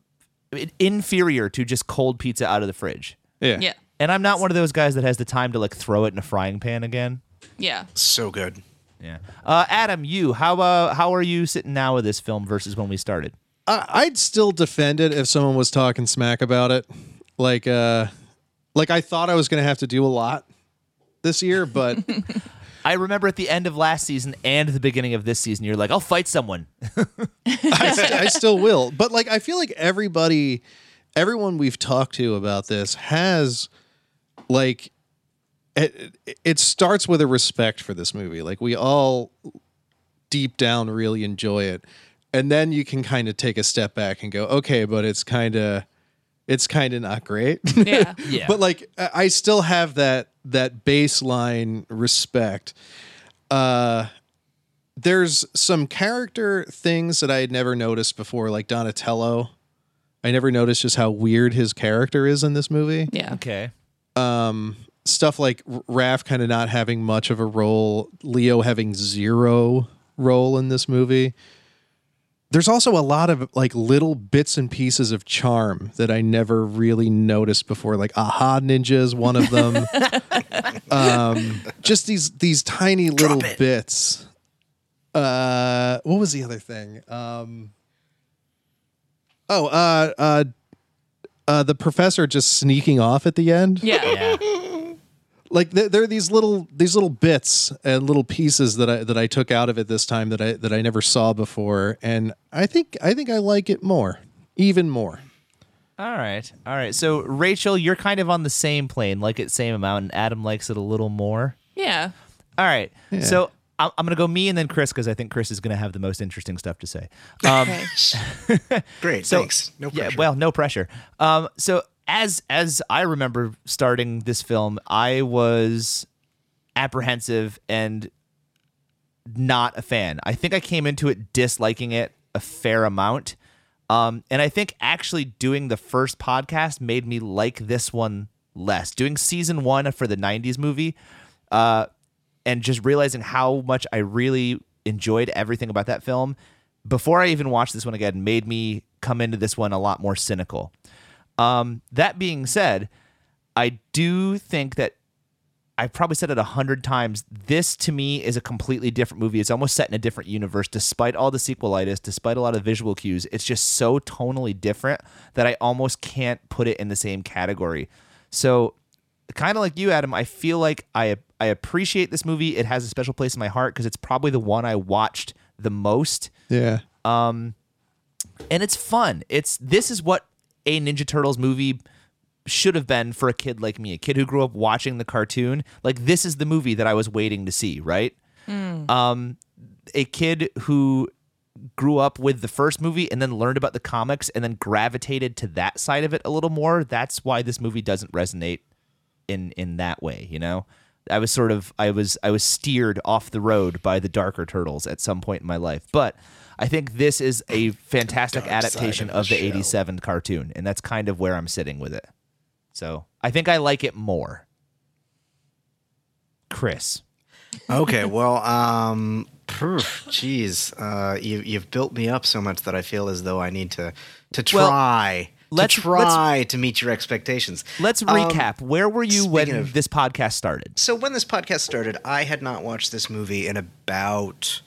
Speaker 5: inferior to just cold pizza out of the fridge.
Speaker 6: Yeah.
Speaker 4: Yeah.
Speaker 5: And I'm not one of those guys that has the time to like throw it in a frying pan again.
Speaker 4: Yeah.
Speaker 7: So good.
Speaker 5: Yeah. Uh, Adam, you how uh, how are you sitting now with this film versus when we started?
Speaker 6: I, I'd still defend it if someone was talking smack about it. Like, uh, like I thought I was going to have to do a lot this year, but
Speaker 5: I remember at the end of last season and the beginning of this season, you're like, I'll fight someone.
Speaker 6: I, st- I still will. But like, I feel like everybody, everyone we've talked to about this has like, it, it- it starts with a respect for this movie. Like we all deep down really enjoy it. And then you can kind of take a step back and go, okay, but it's kind of, it's kind of not great.
Speaker 4: Yeah.
Speaker 5: Yeah.
Speaker 6: But like I I still have that that baseline respect. Uh there's some character things that I had never noticed before, like Donatello. I never noticed just how weird his character is in this movie.
Speaker 4: Yeah.
Speaker 5: okay.
Speaker 6: Stuff like R- Raph kind of not having much of a role, Leo having zero role in this movie. There's also a lot of like little bits and pieces of charm that I never really noticed before. Like Aha Ninja is one of them. um, just these these tiny little
Speaker 7: it.
Speaker 6: bits. Uh, what was the other thing? Um, oh, uh, uh, uh, the professor just sneaking off at the end.
Speaker 4: Yeah.
Speaker 5: Yeah.
Speaker 6: Like there, there are these little these little bits and little pieces that I that I took out of it this time that I that I never saw before, and I think I think I like it more, even more.
Speaker 5: All right. All right. So Rachel, you're kind of on the same plane, like it same amount, and Adam likes it a little more.
Speaker 4: Yeah.
Speaker 5: All right. So I'm, I'm gonna go me and then Chris because I think Chris is gonna have the most interesting stuff to say. Um,
Speaker 4: Okay.
Speaker 7: Great,
Speaker 5: So-
Speaker 7: thanks. No pressure.
Speaker 5: Yeah, well, no pressure. Um, so as as I remember starting this film, I was apprehensive and not a fan. I think I came into it disliking it a fair amount. Um, and I think actually doing the first podcast made me like this one less. Doing season one for the 90s movie uh, and just realizing how much I really enjoyed everything about that film before I even watched this one again made me come into this one a lot more cynical. Um, that being said, I do think that I've probably said it a hundred times. This to me is a completely different movie. It's almost set in a different universe, despite all the sequelitis, despite a lot of visual cues. It's just so tonally different that I almost can't put it in the same category. So, kind of like you, Adam, I feel like I I appreciate this movie. It has a special place in my heart because it's probably the one I watched the most
Speaker 6: Yeah,
Speaker 5: and it's fun. It's this is what a Ninja Turtles movie should have been for a kid like me, a kid who grew up watching the cartoon. Like this is the movie that I was waiting to see, right? Um, a kid who grew up with the first movie and then learned about the comics and then gravitated to that side of it a little more. That's why this movie doesn't resonate in in that way, you know. I was sort of I was I was steered off the road by the darker turtles at some point in my life, but I think this is a fantastic adaptation of the '87 cartoon, and that's kind of where I'm sitting with it. So I think I like it more. Chris,
Speaker 7: okay, well, um, phew, jeez, uh, you, you've built me up so much that I feel as though I need to to
Speaker 5: Well,
Speaker 7: try.
Speaker 5: let's-
Speaker 7: to
Speaker 5: let's-
Speaker 7: try to meet your expectations.
Speaker 5: let's
Speaker 7: Um,
Speaker 5: recap. Where were you when
Speaker 7: speaking of-
Speaker 5: this podcast started?
Speaker 7: so when this podcast started, I had not watched this movie in about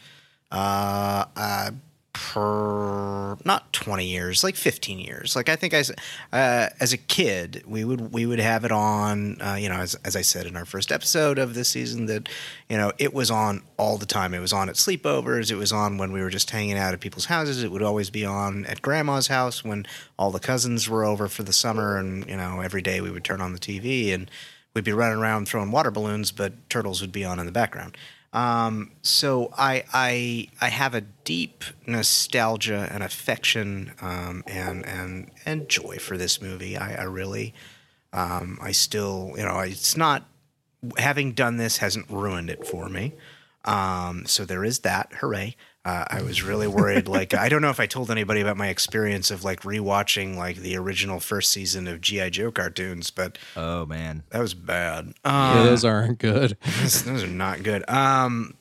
Speaker 7: uh, uh per, not 20 years, like 15 years. Like I think I s- uh, as a kid, we would we would have it on uh, you know as as I said in our first episode of this season that you know it was on all the time. It was on at sleepovers, it was on when we were just hanging out at people's houses. It would always be on at grandma's house when all the cousins were over for the summer and you know every day we would turn on the TV and we'd be running around throwing water balloons, but turtles would be on in the background. Um, so I, I I have a deep nostalgia and affection um, and and and joy for this movie. I, I really um, I still you know it's not having done this hasn't ruined it for me. Um, so there is that. Hooray. Uh, I was really worried. Like, I don't know if I told anybody about my experience of like rewatching like the original first season of G.I. Joe cartoons, but
Speaker 5: Oh man,
Speaker 7: that was bad.
Speaker 6: yeah,
Speaker 7: Um,
Speaker 6: those aren't good.
Speaker 7: those, those are not good. Um,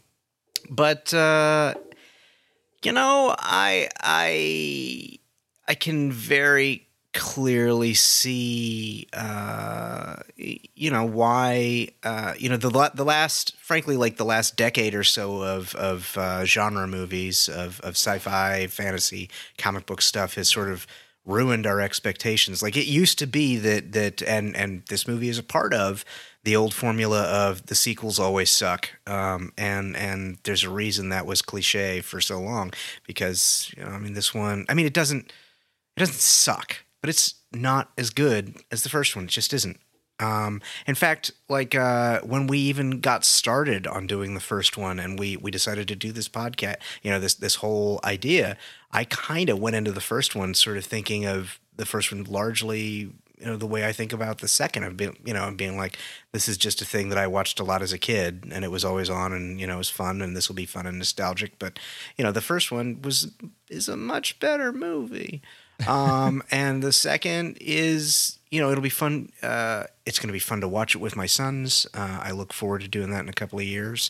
Speaker 7: but uh, you know, I I I can very clearly see uh, y- you know why uh, you know the la- the last frankly like the last decade or so of of uh, genre movies of of sci-fi fantasy comic book stuff has sort of ruined our expectations like it used to be that that and and this movie is a part of the old formula of the sequels always suck um, and and there's a reason that was cliche for so long because you know i mean this one i mean it doesn't it doesn't suck, but it's not as good as the first one. It just isn't. Um, in fact, like uh, when we even got started on doing the first one, and we we decided to do this podcast, you know, this this whole idea, I kind of went into the first one sort of thinking of the first one largely. You know, the way I think about the second of being, you know, and being like, this is just a thing that I watched a lot as a kid, and it was always on, and you know, it was fun, and this will be fun and nostalgic. But you know, the first one was is a much better movie um, and the second is you know it'll be fun uh, it's going to be fun to watch it with my sons uh, i look forward to doing that in a couple of years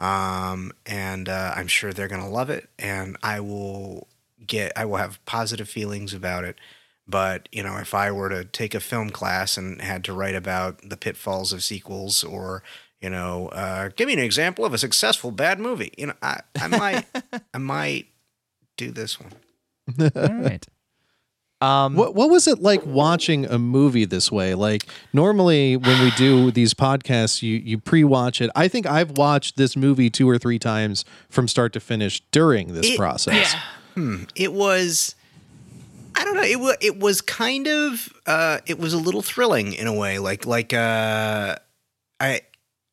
Speaker 7: um, and uh, i'm sure they're going to love it and i will get i will have positive feelings about it but you know if i were to take a film class and had to write about the pitfalls of sequels or you know uh, give me an example of a successful bad movie you know i, I might i might do this one
Speaker 5: all right. Um,
Speaker 6: What what was it like watching a movie this way? Like normally when we do these podcasts, you you pre-watch it. I think I've watched this movie two or three times from start to finish during this
Speaker 7: It-
Speaker 6: process.
Speaker 7: it was I don't know. It was it was kind of uh, it was a little thrilling in a way. Like like uh, I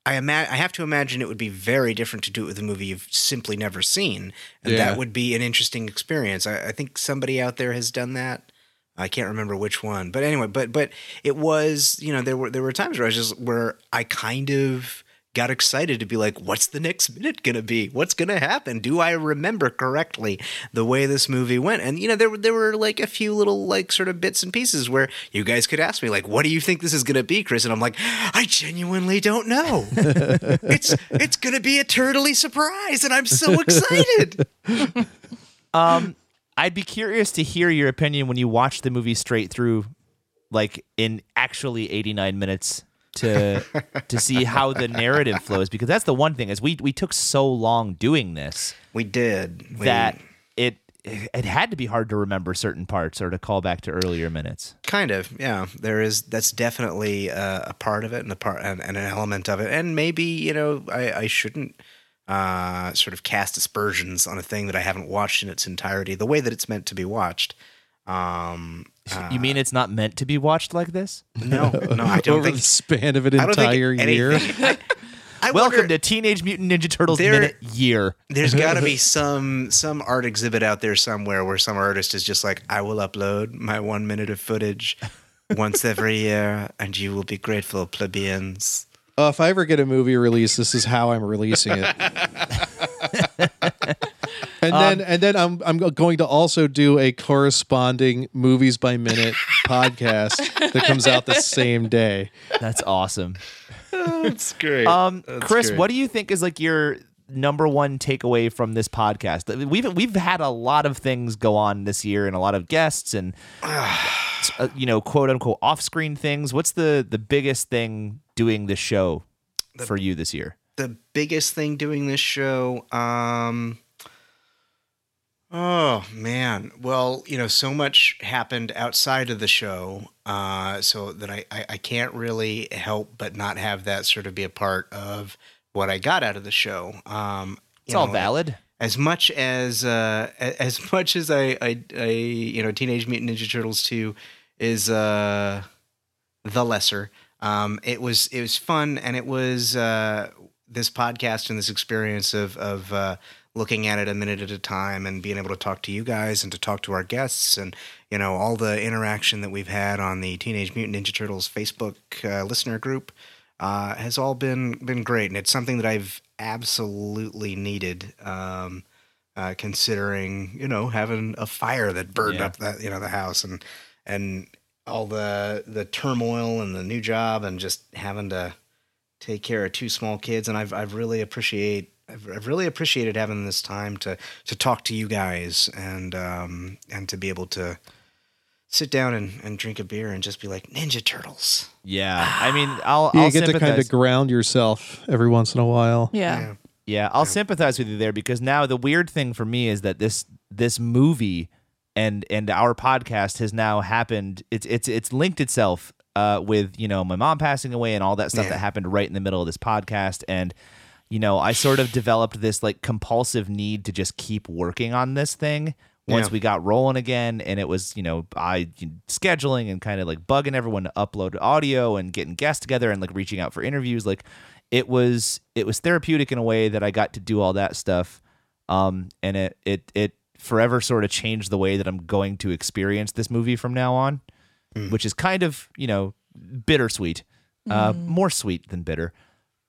Speaker 7: I ima- I have to imagine it would be very different to do it with a movie you've simply never seen, and
Speaker 6: Yeah.
Speaker 7: that would be an interesting experience. I, I think somebody out there has done that. I can't remember which one, but anyway, but but it was you know there were there were times where I was just where I kind of got excited to be like, what's the next minute gonna be? What's gonna happen? Do I remember correctly the way this movie went? And you know there were there were like a few little like sort of bits and pieces where you guys could ask me like, what do you think this is gonna be, Chris? And I'm like, I genuinely don't know. it's it's gonna be a turtly surprise, and I'm so excited.
Speaker 5: Um, I'd be curious to hear your opinion when you watch the movie straight through, like in actually 89 minutes to to see how the narrative flows because that's the one thing is we we took so long doing this
Speaker 7: we did We-
Speaker 5: that it it had to be hard to remember certain parts or to call back to earlier minutes.
Speaker 7: Kind of, yeah. There is that's definitely uh, a part of it, and a part and, and an element of it, and maybe you know I, I shouldn't uh, sort of cast aspersions on a thing that I haven't watched in its entirety, the way that it's meant to be watched. Um,
Speaker 5: you mean it's not meant to be watched like this?
Speaker 7: no, no, I don't
Speaker 6: Over
Speaker 7: think
Speaker 6: the span of an
Speaker 7: I don't think
Speaker 6: entire year.
Speaker 7: anything- I, I
Speaker 5: Welcome
Speaker 7: wonder-
Speaker 5: to Teenage Mutant Ninja Turtles
Speaker 7: There-
Speaker 5: Minute Year.
Speaker 7: There's got to be some some art exhibit out there somewhere where some artist is just like, I will upload my one minute of footage once every year, and you will be grateful, plebeians.
Speaker 6: Oh, if I ever get a movie release, this is how I'm releasing it. and
Speaker 5: Um,
Speaker 6: then and then I'm I'm going to also do a corresponding movies by minute podcast that comes out the same day.
Speaker 5: That's awesome.
Speaker 7: That's great.
Speaker 5: Um, Chris, what do you think is like your number one takeaway from this podcast? I mean, We've we've had a lot of things go on this year, and a lot of guests, and uh, you know, quote unquote, off screen things. What's the the biggest thing doing this show for you this year?
Speaker 7: the biggest thing doing this show um oh man well you know so much happened outside of the show uh so that I, I i can't really help but not have that sort of be a part of what i got out of the show um
Speaker 5: It's
Speaker 7: you
Speaker 5: all
Speaker 7: know,
Speaker 5: valid.
Speaker 7: as much as uh, a- as much as I, I I you know Teenage Mutant Ninja Turtles two is uh, the lesser. Um, it was it was fun and it was uh, this podcast and this experience of of uh, looking at it a minute at a time and being able to talk to you guys and to talk to our guests and you know all the interaction that we've had on the Teenage Mutant Ninja Turtles Facebook uh, listener group uh, has all been been great, and it's something that I've absolutely needed. Um, uh, considering you know having a fire that burned
Speaker 5: Yeah.
Speaker 7: up that you know the house and and all the the turmoil and the new job and just having to take care of two small kids, and I've I've really appreciate. I've, I've really appreciated having this time to to talk to you guys and um, and to be able to sit down and, and drink a beer and just be like Ninja Turtles.
Speaker 5: Yeah, I mean, I'll
Speaker 6: You
Speaker 5: I'll
Speaker 6: get to kind
Speaker 5: sympathize.
Speaker 6: of ground yourself every once in a while.
Speaker 4: Yeah.
Speaker 5: Yeah, I'll sympathize with you there because now the weird thing for me is that this this movie and and our podcast has now happened. It's it's it's linked itself uh, with you know my mom passing away and all that stuff
Speaker 7: Yeah.
Speaker 5: that happened right in the middle of this podcast and. You know, I sort of developed this like compulsive need to just keep working on this thing once
Speaker 7: Yeah.
Speaker 5: we got rolling again. And it was, you know, I scheduling and kind of like bugging everyone to upload audio and getting guests together and like reaching out for interviews. Like it was it was therapeutic in a way that I got to do all that stuff. Um, and it it it forever sort of changed the way that I'm going to experience this movie from now on,
Speaker 7: Mm.
Speaker 5: which is kind of you know bittersweet, uh, more sweet than bitter.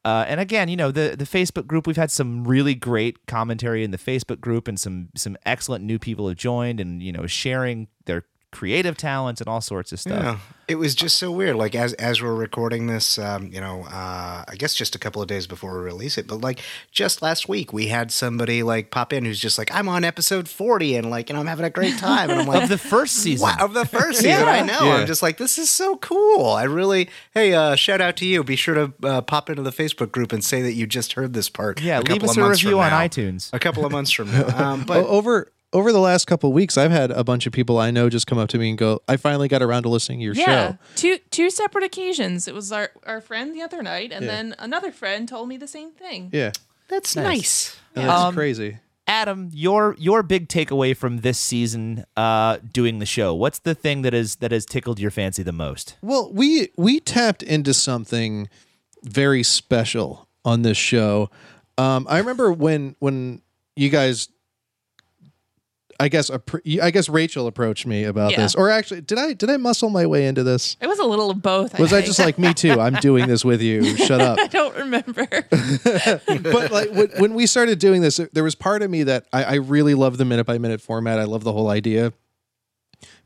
Speaker 5: Uh, and again, you know the the Facebook group. We've had some really great commentary in the Facebook group, and some some excellent new people have joined, and you know sharing their creative talents and all sorts of stuff.
Speaker 7: Yeah, it was just so weird. Like as as we're recording this, um, you know, uh, I guess just a couple of days before we release it, but like just last week, we had somebody like pop in who's just like, "I'm on episode 40, and like, and I'm having a great time." And I'm like,
Speaker 5: Of the first season,
Speaker 7: Wow, of the first season, I know.
Speaker 6: Yeah.
Speaker 7: I'm just like, this is so cool. I really, hey, uh, shout out to you. Be sure to uh, pop into the Facebook group and say that you just heard this part.
Speaker 5: Yeah, leave
Speaker 7: couple
Speaker 5: us
Speaker 7: of
Speaker 5: a
Speaker 7: months from
Speaker 5: review on
Speaker 7: now.
Speaker 5: iTunes. Oh,
Speaker 7: A couple of months from now. Um, but
Speaker 6: O- over over the last couple of weeks, I've had a bunch of people I know just come up to me and go, "I finally got around to listening to your
Speaker 4: Yeah,
Speaker 6: show."
Speaker 4: two two separate occasions. It was our our friend the other night, and
Speaker 6: Yeah.
Speaker 4: then another friend told me the same thing.
Speaker 6: Yeah,
Speaker 7: That's nice.
Speaker 6: and that's
Speaker 5: Um,
Speaker 6: crazy.
Speaker 5: Adam, your your big takeaway from this season uh, doing the show. What's the thing that is that has tickled your fancy the most?
Speaker 6: Well, we we tapped into something very special on this show. Um, I remember when when you guys, I guess appro- I guess Rachel approached me about
Speaker 4: Yeah.
Speaker 6: this, or actually, did I did I muscle my way into this?
Speaker 4: It was a little of both.
Speaker 6: Was I
Speaker 4: think.
Speaker 6: just like me too? I'm doing this with you. Shut up.
Speaker 4: I don't remember.
Speaker 6: but like when, when we started doing this, there was part of me that I, I really love the minute by minute format. I love the whole idea.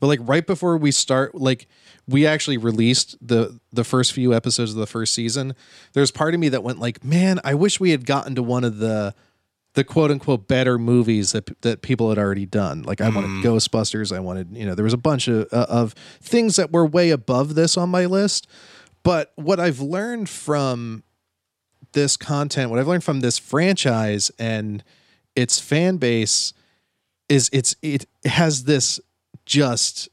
Speaker 6: But like right before we start, like we actually released the the first few episodes of the first season. There's part of me that went like, man, I wish we had gotten to one of the the quote unquote better movies that that people had already done. Like I wanted Ghostbusters. I wanted you know there was a bunch of uh, of things that were way above this on my list. But what I've learned from this content, what I've learned from this franchise and its fan base is it's it has this just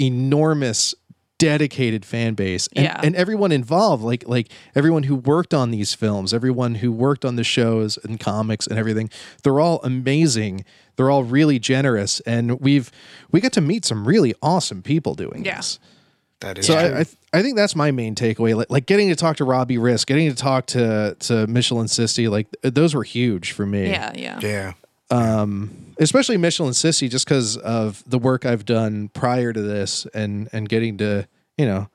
Speaker 6: enormous dedicated fan base and,
Speaker 4: Yeah.
Speaker 6: and everyone involved like like everyone who worked on these films everyone who worked on the shows and comics and everything they're all amazing they're all really generous and we've we got to meet some really awesome people doing
Speaker 4: Yeah.
Speaker 6: this
Speaker 7: That is
Speaker 6: so
Speaker 7: true.
Speaker 6: I, I, th- I think that's my main takeaway. Like, like getting to talk to Robbie Risk, getting to talk to to Michelin Sissy, like th- those were huge for me. Um,
Speaker 4: yeah, yeah.
Speaker 7: yeah.
Speaker 6: Especially Michelin Sissy, just because of the work I've done prior to this, and and getting to you know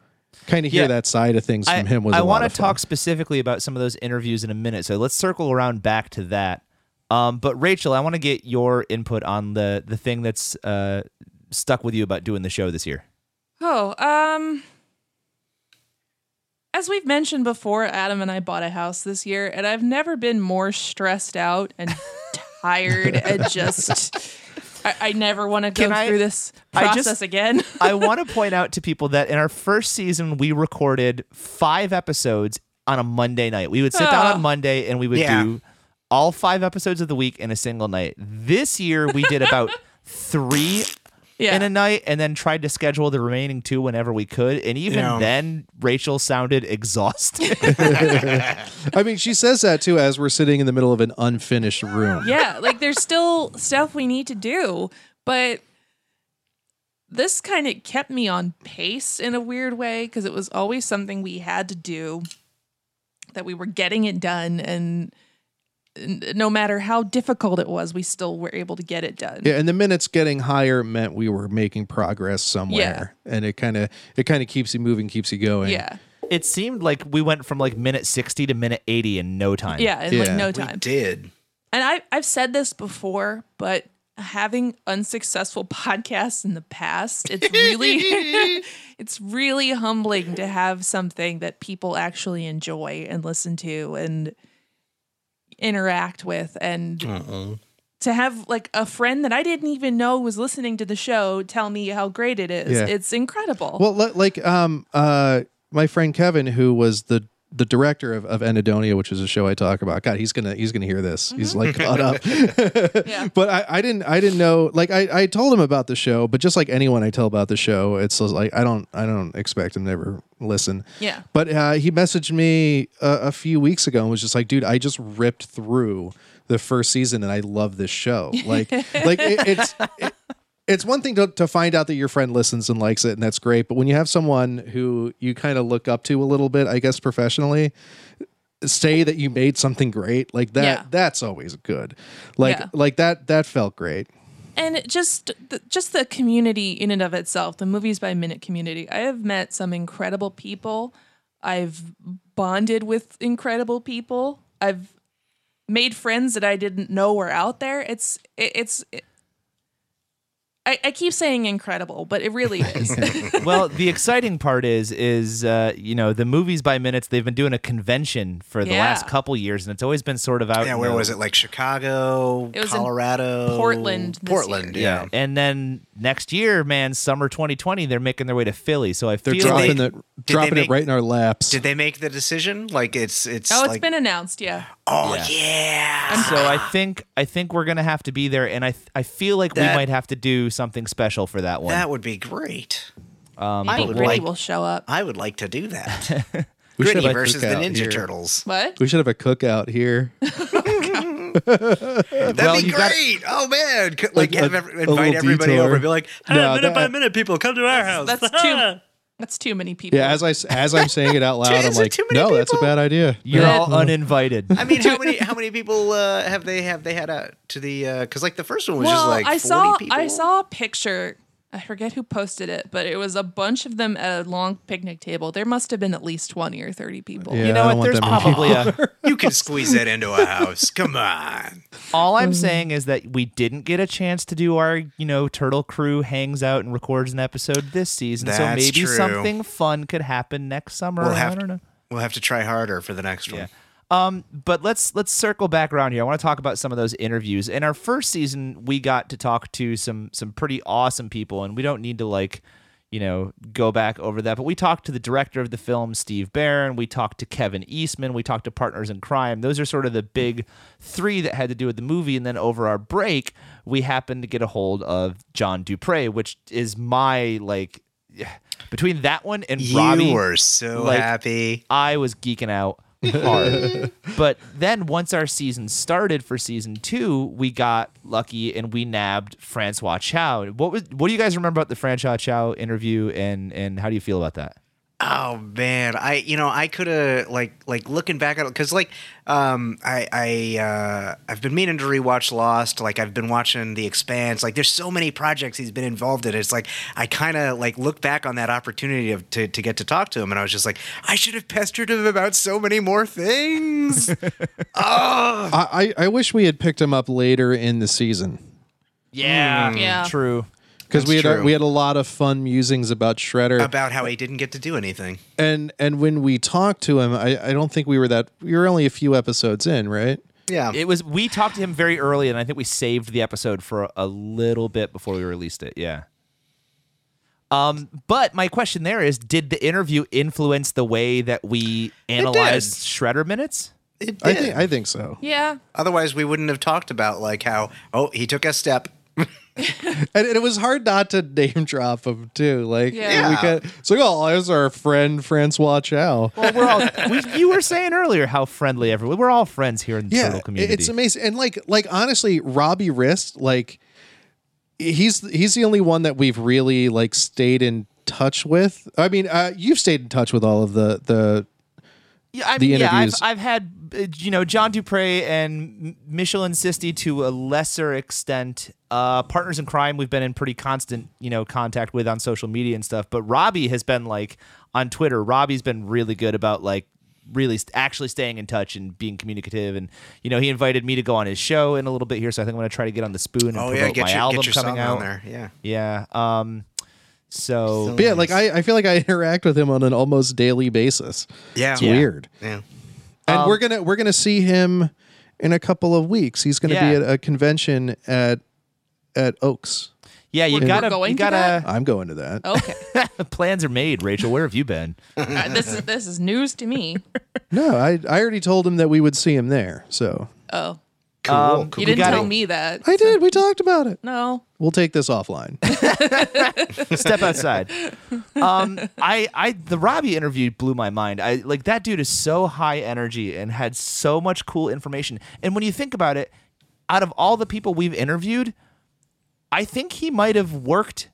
Speaker 6: kind of hear
Speaker 5: Yeah.
Speaker 6: that side of things from him was.
Speaker 5: I
Speaker 6: a
Speaker 5: wanna
Speaker 6: lot of fun.
Speaker 5: talk specifically about some of those interviews in a minute, so let's circle around back to that. Um, but Rachel, I want to get your input on the the thing that's uh, stuck with you about doing the show this year.
Speaker 4: Oh, um, as we've mentioned before, Adam and I bought a house this year, and I've never been more stressed out and tired and just. I, I never want to go
Speaker 5: Can I-
Speaker 4: through this
Speaker 5: I just-
Speaker 4: process again.
Speaker 5: I want to point out to people that in our first season, we recorded five episodes on a Monday night. We would sit down
Speaker 4: Oh.
Speaker 5: on Monday and we would
Speaker 7: Yeah.
Speaker 5: do all five episodes of the week in a single night. This year, we did about three
Speaker 4: yeah.
Speaker 5: in a night and then tried to schedule the remaining two whenever we could. And even
Speaker 7: Yeah.
Speaker 5: then, Rachel sounded exhausted.
Speaker 6: I mean, she says that too as we're sitting in the middle of an unfinished room.
Speaker 4: yeah, like there's still stuff we need to do, but this kind of kept me on pace in a weird way because it was always something we had to do that we were getting it done and n- no matter how difficult it was, we still were able to get it done.
Speaker 6: Yeah, and the minutes getting higher meant we were making progress somewhere, and it kind of it kind of keeps you moving, keeps you going.
Speaker 4: Yeah.
Speaker 5: it seemed like we went from like minute 60 to minute 80 in no time.
Speaker 4: Yeah, in like
Speaker 6: Yeah.
Speaker 4: no
Speaker 6: We
Speaker 4: time.
Speaker 7: Did.
Speaker 4: and I, I've said this before, but having unsuccessful podcasts in the past, it's really, it's really humbling to have something that people actually enjoy and listen to and interact with, and to have like a friend that I didn't even know was listening to the show tell me how great it is.
Speaker 6: Yeah.
Speaker 4: It's incredible.
Speaker 6: Well, li- like um uh my friend Kevin, who was the the director of, of Anadonia, which is a show I talk about. God, he's gonna he's gonna hear this. He's like caught up.
Speaker 4: Mm-hmm. Yeah.
Speaker 6: But I, I didn't I didn't know like I, I told him about the show, but just like anyone I tell about the show, it's just like I don't I don't expect him to ever listen.
Speaker 4: yeah.
Speaker 6: But uh, he messaged me a, a few weeks ago and was just like, "Dude, I just ripped through the first season, and I love this show. Like, like it, it's it- it's one thing to, to find out that your friend listens and likes it, and that's great. But when you have someone who you kind of look up to a little bit, I guess professionally, say that you made something great, like that,
Speaker 4: Yeah.
Speaker 6: that's always good. Like,
Speaker 4: Yeah.
Speaker 6: like that that felt great.
Speaker 4: and it just th- just the community in and of itself the movies by minute community i have met some incredible people i've bonded with incredible people i've made friends that i didn't know were out there it's it, it's it- I, I keep saying incredible, but it really is.
Speaker 5: well, the exciting part is is uh, you know the movies by minutes. They've been doing a convention for the
Speaker 4: Yeah.
Speaker 5: last couple years, and it's always been sort of out.
Speaker 7: Yeah,
Speaker 5: in
Speaker 7: where
Speaker 5: the-
Speaker 7: was it? Like Chicago,
Speaker 4: It was in
Speaker 7: Colorado,
Speaker 4: Portland this
Speaker 7: Portland,
Speaker 4: year.
Speaker 7: yeah.
Speaker 5: And then next year, man, summer 2020, they're making their way to Philly. So I
Speaker 6: They're
Speaker 5: feel like
Speaker 6: dropping
Speaker 7: they-
Speaker 6: it,
Speaker 7: did they
Speaker 6: dropping
Speaker 7: make-
Speaker 6: it right in our laps.
Speaker 7: Did they make the decision? Like it's it's
Speaker 4: oh, it's
Speaker 7: like
Speaker 4: been announced. Yeah.
Speaker 7: oh yeah.
Speaker 5: so. I think I think we're gonna have to be there, and I th- I feel like we
Speaker 7: That-
Speaker 5: might have to do something special for that one.
Speaker 7: That would be great.
Speaker 6: Um,
Speaker 4: I think
Speaker 7: would
Speaker 4: Gritty
Speaker 7: like-
Speaker 4: will show up.
Speaker 7: I would like to do that.
Speaker 6: we should
Speaker 7: Gritty
Speaker 6: have a
Speaker 7: versus the
Speaker 6: cookout
Speaker 7: Ninja
Speaker 6: here.
Speaker 7: Turtles.
Speaker 4: What?
Speaker 6: We should have a cookout here.
Speaker 7: That'd
Speaker 5: Well,
Speaker 7: be
Speaker 5: you got-
Speaker 7: great. oh man, C- like
Speaker 6: a-
Speaker 7: have
Speaker 6: a
Speaker 7: every-
Speaker 6: little
Speaker 7: invite everybody
Speaker 6: detour.
Speaker 7: over and be like, hey,
Speaker 6: No,
Speaker 7: minute
Speaker 6: that-
Speaker 7: by minute, people come to our house.
Speaker 4: That's too. That's too many people.
Speaker 6: Yeah, as I s- as I'm saying it out loud, I'm
Speaker 7: Is it
Speaker 6: like,
Speaker 7: too many
Speaker 6: no, that's a
Speaker 7: people?"
Speaker 6: bad idea.
Speaker 5: You're
Speaker 6: No.
Speaker 5: all uninvited.
Speaker 7: I mean, how many how many people uh, have they have they had out to the? Because like the first one was
Speaker 4: well,
Speaker 7: just like
Speaker 4: I
Speaker 7: 40
Speaker 4: saw
Speaker 7: people.
Speaker 4: I saw a picture. I forget who posted it, but it was a bunch of them at a long picnic table. There must have been at least twenty or thirty people.
Speaker 6: Yeah,
Speaker 5: you
Speaker 6: I
Speaker 5: know
Speaker 6: don't
Speaker 5: what?
Speaker 6: want
Speaker 5: There's
Speaker 6: that many
Speaker 5: probably a.
Speaker 7: You can squeeze that into a house. Come on.
Speaker 5: All
Speaker 7: Mm-hmm.
Speaker 5: I'm saying is that we didn't get a chance to do our, you know, Turtle Crew hangs out and records an episode this season. so
Speaker 7: That's
Speaker 5: maybe
Speaker 7: true.
Speaker 5: something fun could happen next summer.
Speaker 7: We'll
Speaker 5: I
Speaker 7: have
Speaker 5: don't know.
Speaker 7: to, we'll have to try harder for the next one.
Speaker 5: Um, but let's let's circle back around here. I want to talk about some of those interviews. In our first season, we got to talk to some some pretty awesome people, and we don't need to like, you know, go back over that. But we talked to the director of the film, Steve Barron. We talked to Kevin Eastman. We talked to Partners in Crime. Those are sort of the big three that had to do with the movie. And then over our break, we happened to get a hold of John Dupre, which is my like between that one and
Speaker 7: You
Speaker 5: Robbie.
Speaker 7: were so
Speaker 5: like-
Speaker 7: happy.
Speaker 5: I was geeking out hard. but then once our season started for season two, we got lucky and we nabbed Francois Chow. What was what do you guys remember about the Francois Chow interview and and how do you feel about that?
Speaker 7: Oh man, I you know I could have like like looking back at it because like um I I uh, I've been meaning to rewatch Lost. Like I've been watching The Expanse. Like there's so many projects he's been involved in. It's like I kind of like look back on that opportunity of, to to get to talk to him, and I was just like I should have pestered him about so many more things. oh,
Speaker 6: I, I I wish we had picked him up later in the season
Speaker 5: Yeah.
Speaker 4: Yeah.
Speaker 5: True.
Speaker 6: because we had
Speaker 7: That's
Speaker 6: a,
Speaker 7: true.
Speaker 6: we had a lot of fun musings about Shredder.
Speaker 7: about how he didn't get to do anything.
Speaker 6: and and when we talked to him, I, I don't think we were that. We were only a few episodes in, right?
Speaker 7: Yeah.
Speaker 5: It was we talked to him very early and I think we saved the episode for a, a little bit before we released it. Yeah. Um, but my question there is, did the interview influence the way that we analyzed Shredder minutes?
Speaker 7: It did.
Speaker 6: I think I think so.
Speaker 4: Yeah.
Speaker 7: Otherwise, we wouldn't have talked about like how oh he took a step.
Speaker 6: And it was hard not to name drop him too. Like
Speaker 4: Yeah.
Speaker 6: we could, it's like oh, there's our friend Francois Chow.
Speaker 5: Well, we're all. We, you were saying earlier how friendly everyone. We're all friends here in the turtle
Speaker 6: yeah,
Speaker 5: community.
Speaker 6: it's amazing. And like like honestly, Robbie Wrist, like he's he's the only one that we've really like stayed in touch with. I mean, uh, you've stayed in touch with all of the the
Speaker 5: yeah, I
Speaker 6: the
Speaker 5: mean, yeah, I've,
Speaker 6: interviews.
Speaker 5: I've had uh, you know John Dupre and Michel and Sisti to a lesser extent. Uh, Partners in Crime, we've been in pretty constant you know contact with on social media and stuff. But Robbie has been like on Twitter. Robbie's been really good about like really st- actually staying in touch and being communicative and you know he invited me to go on his show in a little bit here so i think i'm going to try to get on the spoon and
Speaker 7: Oh
Speaker 5: promote
Speaker 7: yeah, get
Speaker 5: my
Speaker 7: your,
Speaker 5: album
Speaker 7: get your
Speaker 5: coming
Speaker 7: song
Speaker 5: out
Speaker 7: on there. Yeah.
Speaker 5: yeah um so
Speaker 6: but Oh, yeah, like I, I feel like I interact with him on an almost daily basis.
Speaker 7: Yeah.
Speaker 6: It's weird.
Speaker 7: Yeah.
Speaker 6: And we're gonna we're gonna see him in a couple of weeks. He's gonna
Speaker 5: Yeah.
Speaker 6: be at a convention at at Oaks.
Speaker 5: Yeah, you
Speaker 4: We're-
Speaker 5: gotta,
Speaker 4: we're going
Speaker 5: you
Speaker 4: to that?
Speaker 5: gotta.
Speaker 6: I'm going to that.
Speaker 4: Okay.
Speaker 5: plans are made, Rachel. Where have you been?
Speaker 4: Uh, this is this is news to me.
Speaker 6: No, I I already told him that we would see him there. So
Speaker 4: Oh,
Speaker 7: Cool.
Speaker 5: Um,
Speaker 7: cool.
Speaker 4: you didn't
Speaker 5: gotta-
Speaker 4: tell me that.
Speaker 6: I did. We talked about it.
Speaker 4: No.
Speaker 6: We'll take this offline.
Speaker 5: Step outside. Um, I, I, the Robbie interview blew my mind. I like that dude is so high energy and had so much cool information. And when you think about it, out of all the people we've interviewed, I think he might have worked.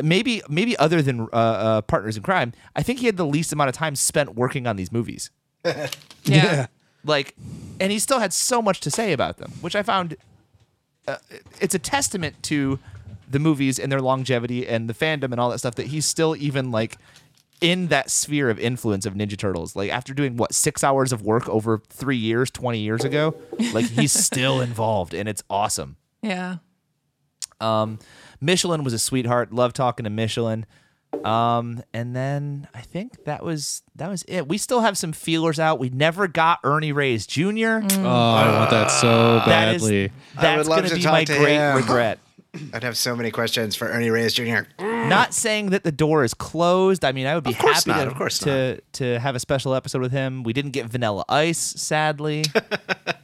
Speaker 5: Maybe, maybe other than uh, uh, Partners in Crime, I think he had the least amount of time spent working on these movies.
Speaker 4: Yeah.
Speaker 5: like and he still had so much to say about them which i found uh, it's a testament to the movies and their longevity and the fandom and all that stuff that he's still even like in that sphere of influence of ninja turtles like after doing what six hours of work over three years 20 years ago like he's still involved and it's awesome
Speaker 4: Yeah.
Speaker 5: Michelin was a sweetheart. Love talking to Michelin. Um, and then I think that was that was it. We still have some feelers out. We never got Ernie Reyes Jr.
Speaker 6: Oh, I want that so
Speaker 5: That is
Speaker 6: badly.
Speaker 5: that's
Speaker 7: I would love
Speaker 5: gonna
Speaker 7: to
Speaker 5: be
Speaker 7: talk
Speaker 5: my
Speaker 7: to
Speaker 5: great
Speaker 7: him.
Speaker 5: regret.
Speaker 7: I'd have so many questions for Ernie Reyes Jr.
Speaker 5: Not saying that the door is closed. I mean, I would be
Speaker 7: Of course
Speaker 5: happy
Speaker 7: not,
Speaker 5: to,
Speaker 7: of course
Speaker 5: to to have a special episode with him. We didn't get Vanilla Ice, sadly.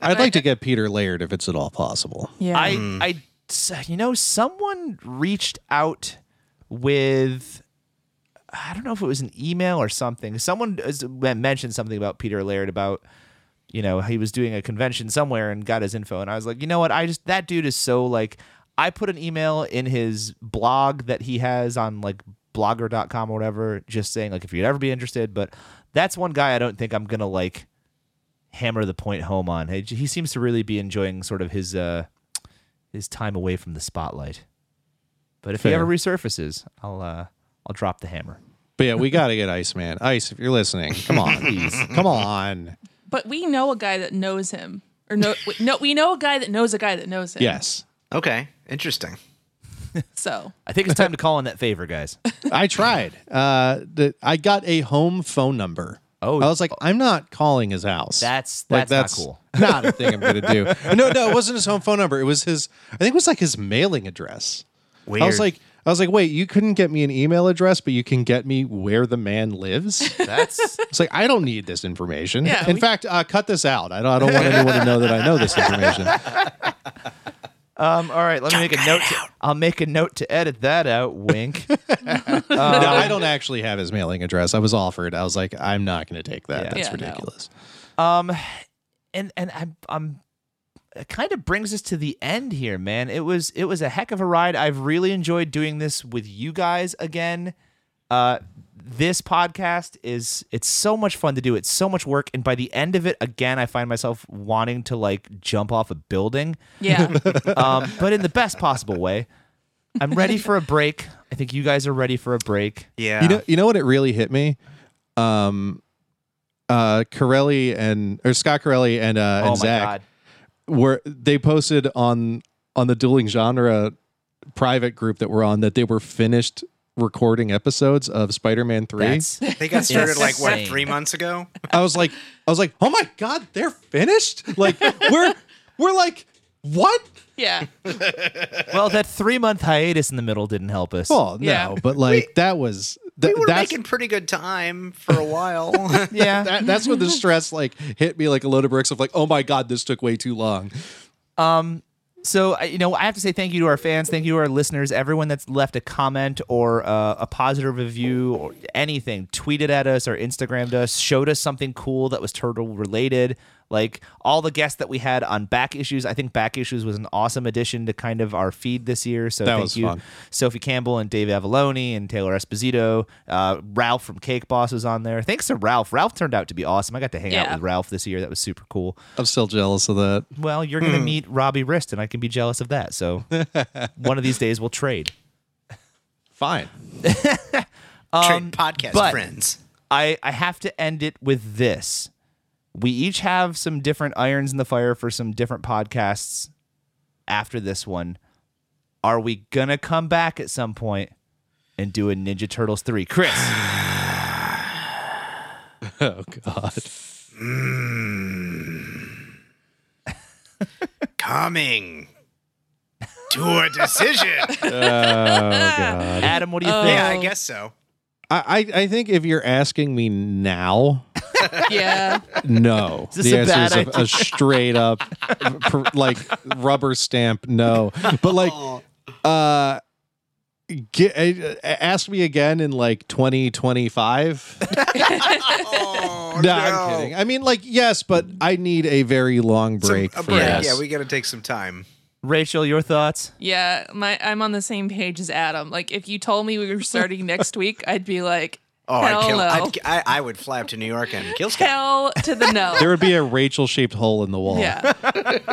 Speaker 6: I'd like to get Peter Laird if it's at all possible.
Speaker 4: Yeah.
Speaker 5: I I s- you know someone reached out with I don't know if it was an email or something. Someone is- mentioned something about Peter Laird about you know he was doing a convention somewhere and got his info and I was like, "You know what? I just that dude is so like I put an email in his blog that he has on like blogger.com or whatever just saying like if you'd ever be interested, but that's one guy I don't think I'm going to like hammer the point home on. He, he seems to really be enjoying sort of his uh his time away from the spotlight. But if he
Speaker 6: Fair.
Speaker 5: ever resurfaces, I'll uh I'll drop the hammer.
Speaker 6: But yeah, we got to get Iceman. Ice, if you're listening, come on. Come on.
Speaker 4: but we know a guy that knows him. Or no, we- no, we know a guy that knows a guy that knows him.
Speaker 6: Yes.
Speaker 7: Okay, interesting.
Speaker 4: So
Speaker 5: I think it's time to call in that favor, guys.
Speaker 6: I tried. Uh, the, I got a home phone number.
Speaker 5: Oh.
Speaker 6: I was like, I'm not calling his house.
Speaker 5: That's- that's not cool.
Speaker 6: Not a thing I'm gonna do. No, no, it wasn't his home phone number. It was his. I think it was like his mailing address.
Speaker 7: Weird.
Speaker 6: I was like, I was like, wait, you couldn't get me an email address, but you can get me where the man lives.
Speaker 5: That's
Speaker 6: It's like I don't need this information.
Speaker 4: Yeah,
Speaker 6: In
Speaker 4: we-
Speaker 6: fact, uh, cut this out. I don't. I don't want anyone to know that I know this information.
Speaker 5: um all right, let me make a note. To, I'll make a note to edit that out, wink.
Speaker 6: no, I don't actually have his mailing address. I was offered. I was like, I'm not going to take that.
Speaker 5: Yeah.
Speaker 6: That's
Speaker 4: Yeah, no.
Speaker 6: ridiculous.
Speaker 5: Um and and I'm I'm it kind of brings us to the end here, man. It was it was a heck of a ride. I've really enjoyed doing this with you guys again. Uh this podcast is it's so much fun to do. It's so much work and by the end of it again I find myself wanting to like jump off a building.
Speaker 4: yeah,
Speaker 5: Um but in the best possible way. I'm ready for a break. I think you guys are ready for a break.
Speaker 7: yeah.
Speaker 6: You know, you know what? It really hit me. Um, uh, Corelli and or Scott Corelli and uh,
Speaker 5: oh
Speaker 6: and
Speaker 5: my
Speaker 6: Zach
Speaker 5: god.
Speaker 6: were they posted on on the dueling genre private group that we're on that they were finished recording episodes of Spider-Man Three.
Speaker 5: That's
Speaker 7: they got started
Speaker 5: Yes.
Speaker 7: like what
Speaker 5: Insane.
Speaker 7: three months ago.
Speaker 6: I was like, I was like, oh my god, they're finished. Like we're we're like what?
Speaker 4: yeah.
Speaker 5: well that 3 month hiatus in the middle didn't help us.
Speaker 6: Oh no,
Speaker 4: Yeah.
Speaker 6: but like that was
Speaker 7: We
Speaker 6: th-
Speaker 7: were
Speaker 6: that's
Speaker 7: making pretty good time for a while.
Speaker 5: yeah.
Speaker 6: that, that's when the stress like hit me like a load of bricks of like, oh my god, this took way too long.
Speaker 5: So I- you know, I have to say thank you to our fans, thank you to our listeners, everyone that's left a comment or uh, a positive review or anything, tweeted at us or Instagrammed us, showed us something cool that was turtle related. Like all the guests that we had on back issues, I think back issues was an awesome addition to kind of our feed this year. So
Speaker 6: That
Speaker 5: thank
Speaker 6: was
Speaker 5: you,
Speaker 6: fun.
Speaker 5: Sophie Campbell and Dave Avalone and Taylor Esposito. Uh, Ralph from Cake Boss was on there. Thanks to Ralph. Ralph turned out to be awesome. I got to hang out
Speaker 4: Yeah.
Speaker 5: with Ralph this year. That was super cool.
Speaker 6: I'm still jealous of that.
Speaker 5: Well, you're going to meet Robbie Rist, and I can be jealous of that. So one of these days we'll trade.
Speaker 6: Fine. um,
Speaker 7: Trade podcast
Speaker 5: but-
Speaker 7: friends.
Speaker 5: I, I have to end it with this. We each have some different irons in the fire for some different podcasts after this one. Are we going to come back at some point and do a Ninja Turtles 3? Chris,
Speaker 6: Oh god.
Speaker 7: Coming to a decision.
Speaker 6: Oh,
Speaker 5: Adam, what do you think?
Speaker 7: Oh, yeah, I guess so.
Speaker 6: I, I I think if you're asking me now,
Speaker 4: Yeah.
Speaker 6: no.
Speaker 5: this
Speaker 6: the
Speaker 5: a
Speaker 6: answer
Speaker 5: bad
Speaker 6: is a,
Speaker 5: idea?
Speaker 6: a straight up, pr- like rubber stamp. No, but like, uh, get, uh, ask me again in like 2025.
Speaker 7: Oh,
Speaker 6: no, I'm kidding. I mean, like, yes, but I need a very long
Speaker 7: Some-
Speaker 6: break.
Speaker 7: a
Speaker 6: for
Speaker 7: break.
Speaker 6: this.
Speaker 7: Yeah, we got to take some time.
Speaker 5: Rachel, your thoughts?
Speaker 4: Yeah, my I'm on the same page as Adam. Like if you told me we were starting next week, I'd be like,
Speaker 7: Oh,
Speaker 4: hell
Speaker 7: I'd kill,
Speaker 4: no,
Speaker 7: I'd, I, I would fly up to New York and kill Scott.
Speaker 4: hell to the
Speaker 6: there
Speaker 4: no.
Speaker 6: would be a Rachel shaped hole in the wall.
Speaker 4: Yeah,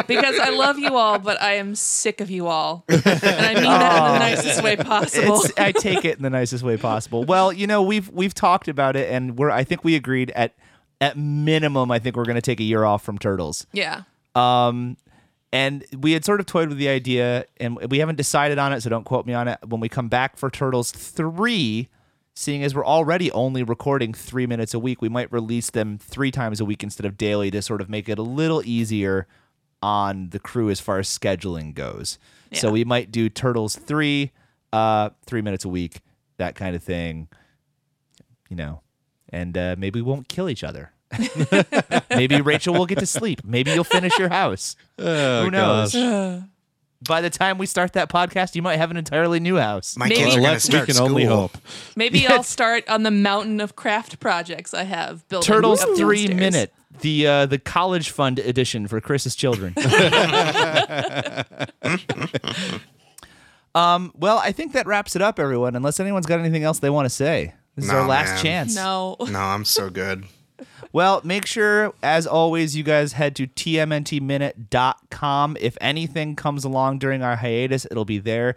Speaker 4: because I love you all, but I am sick of you all, and I mean that in the nicest way possible.
Speaker 5: Oh. It's, I take it in the nicest way possible. Well, you know, we've we've talked about it, and we're I think we agreed at at minimum, I think we're going to take a year off from Turtles.
Speaker 4: Yeah,
Speaker 5: And we had sort of toyed with the idea, and we haven't decided on it, so don't quote me on it. When we come back for Turtles 3, seeing as we're already only recording three minutes a week, we might release them three times a week instead of daily to sort of make it a little easier on the crew as far as scheduling goes. So
Speaker 4: Yeah.
Speaker 5: we might do Turtles 3, uh, three minutes a week, that kind of thing, you know, and uh, maybe we won't kill each other. Maybe Rachel will get to sleep. Maybe you'll finish your house.
Speaker 6: Oh,
Speaker 5: Who knows?
Speaker 6: gosh.
Speaker 5: By the time we start that podcast, you might have an entirely new house.
Speaker 7: My
Speaker 4: Maybe-
Speaker 7: kids
Speaker 4: Well,
Speaker 7: are going to
Speaker 6: Let's, we
Speaker 7: start
Speaker 6: can
Speaker 7: school.
Speaker 6: only hope.
Speaker 4: Maybe I'll start on the mountain of craft projects I have built.
Speaker 5: Turtles
Speaker 4: up
Speaker 5: three
Speaker 4: downstairs.
Speaker 5: minute, the uh, the college fund edition for Chris's children. um, well, I think that wraps it up, everyone. Unless anyone's got anything else they want to say, this is
Speaker 7: Nah,
Speaker 5: our last
Speaker 7: man.
Speaker 5: chance.
Speaker 4: No.
Speaker 7: No, I'm so good.
Speaker 5: Well, make sure, as always, you guys head to tmntminute.com. If anything comes along during our hiatus, it'll be there.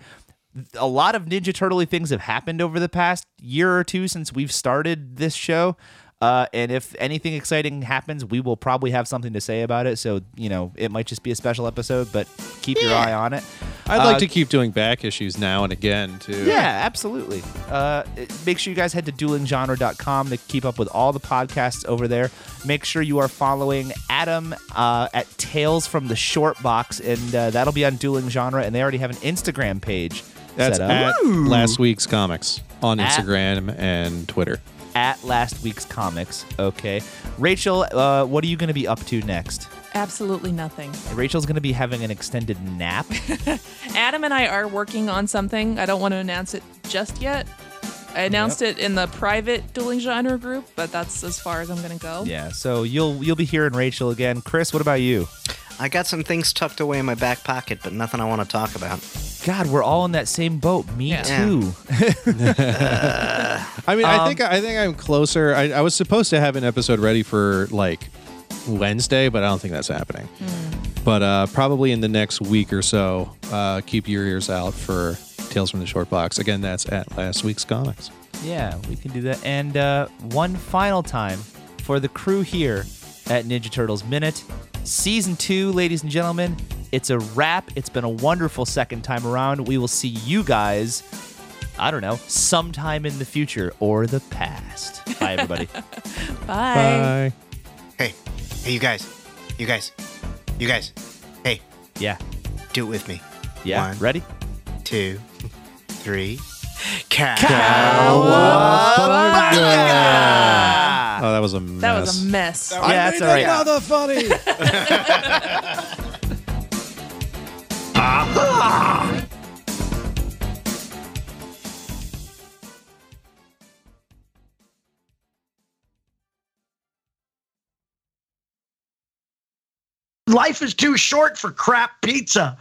Speaker 5: A lot of Ninja Turtley things have happened over the past year or two since we've started this show. Uh, and if anything exciting happens, we will probably have something to say about it. So, you know, it might just be a special episode, but keep your eye on it.
Speaker 6: I'd like
Speaker 5: Uh,
Speaker 6: to keep doing back issues now and again too.
Speaker 5: Yeah, absolutely. Uh, it- make sure you guys head to duelinggenre.com to keep up with all the podcasts over there. Make sure you are following Adam uh, at Tales from the Short Box, and uh, that'll be on Dueling Genre. And they already have an Instagram page
Speaker 6: That's
Speaker 5: set up
Speaker 6: at last week's comics on
Speaker 5: At-
Speaker 6: Instagram and Twitter.
Speaker 5: at Last Week's Comics. Okay, Rachel, uh, what are you going to be up to next?
Speaker 4: Absolutely nothing.
Speaker 5: Rachel's going to be having an extended nap.
Speaker 4: Adam and I are working on something. I don't want to announce it just yet. I announced it in the private dueling genre group, but that's as far as I'm going to go.
Speaker 5: yeah, so you'll you'll be hearing Rachel again. Chris, what about you?
Speaker 7: I got some things tucked away in my back pocket, but nothing I want to talk about.
Speaker 5: God, we're all in that same boat. Me
Speaker 4: Yeah.
Speaker 5: too.
Speaker 6: I mean,
Speaker 5: Um,
Speaker 6: I think I think I'm closer. I, I was supposed to have an episode ready for like Wednesday, but I don't think that's happening.
Speaker 5: Hmm.
Speaker 6: But uh, probably in the next week or so, uh, keep your ears out for Tales from the Short Box. Again, that's at last week's comics.
Speaker 5: Yeah, we can do that. And uh, one final time for the crew here at Ninja Turtles Minute, Season 2, ladies and gentlemen. It's a wrap. It's been a wonderful second time around. We will see you guys, I don't know, sometime in the future or the past. Bye, everybody.
Speaker 4: Bye.
Speaker 7: Hey, hey, you guys, you guys, you guys. Hey,
Speaker 5: yeah.
Speaker 7: do it with me.
Speaker 5: Yeah.
Speaker 7: One,
Speaker 5: Ready?
Speaker 7: two, three. Cat.
Speaker 6: Oh, that was a mess.
Speaker 4: That was a mess.
Speaker 5: yeah, that's all right.
Speaker 6: funny.
Speaker 3: Life is too short for crap pizza.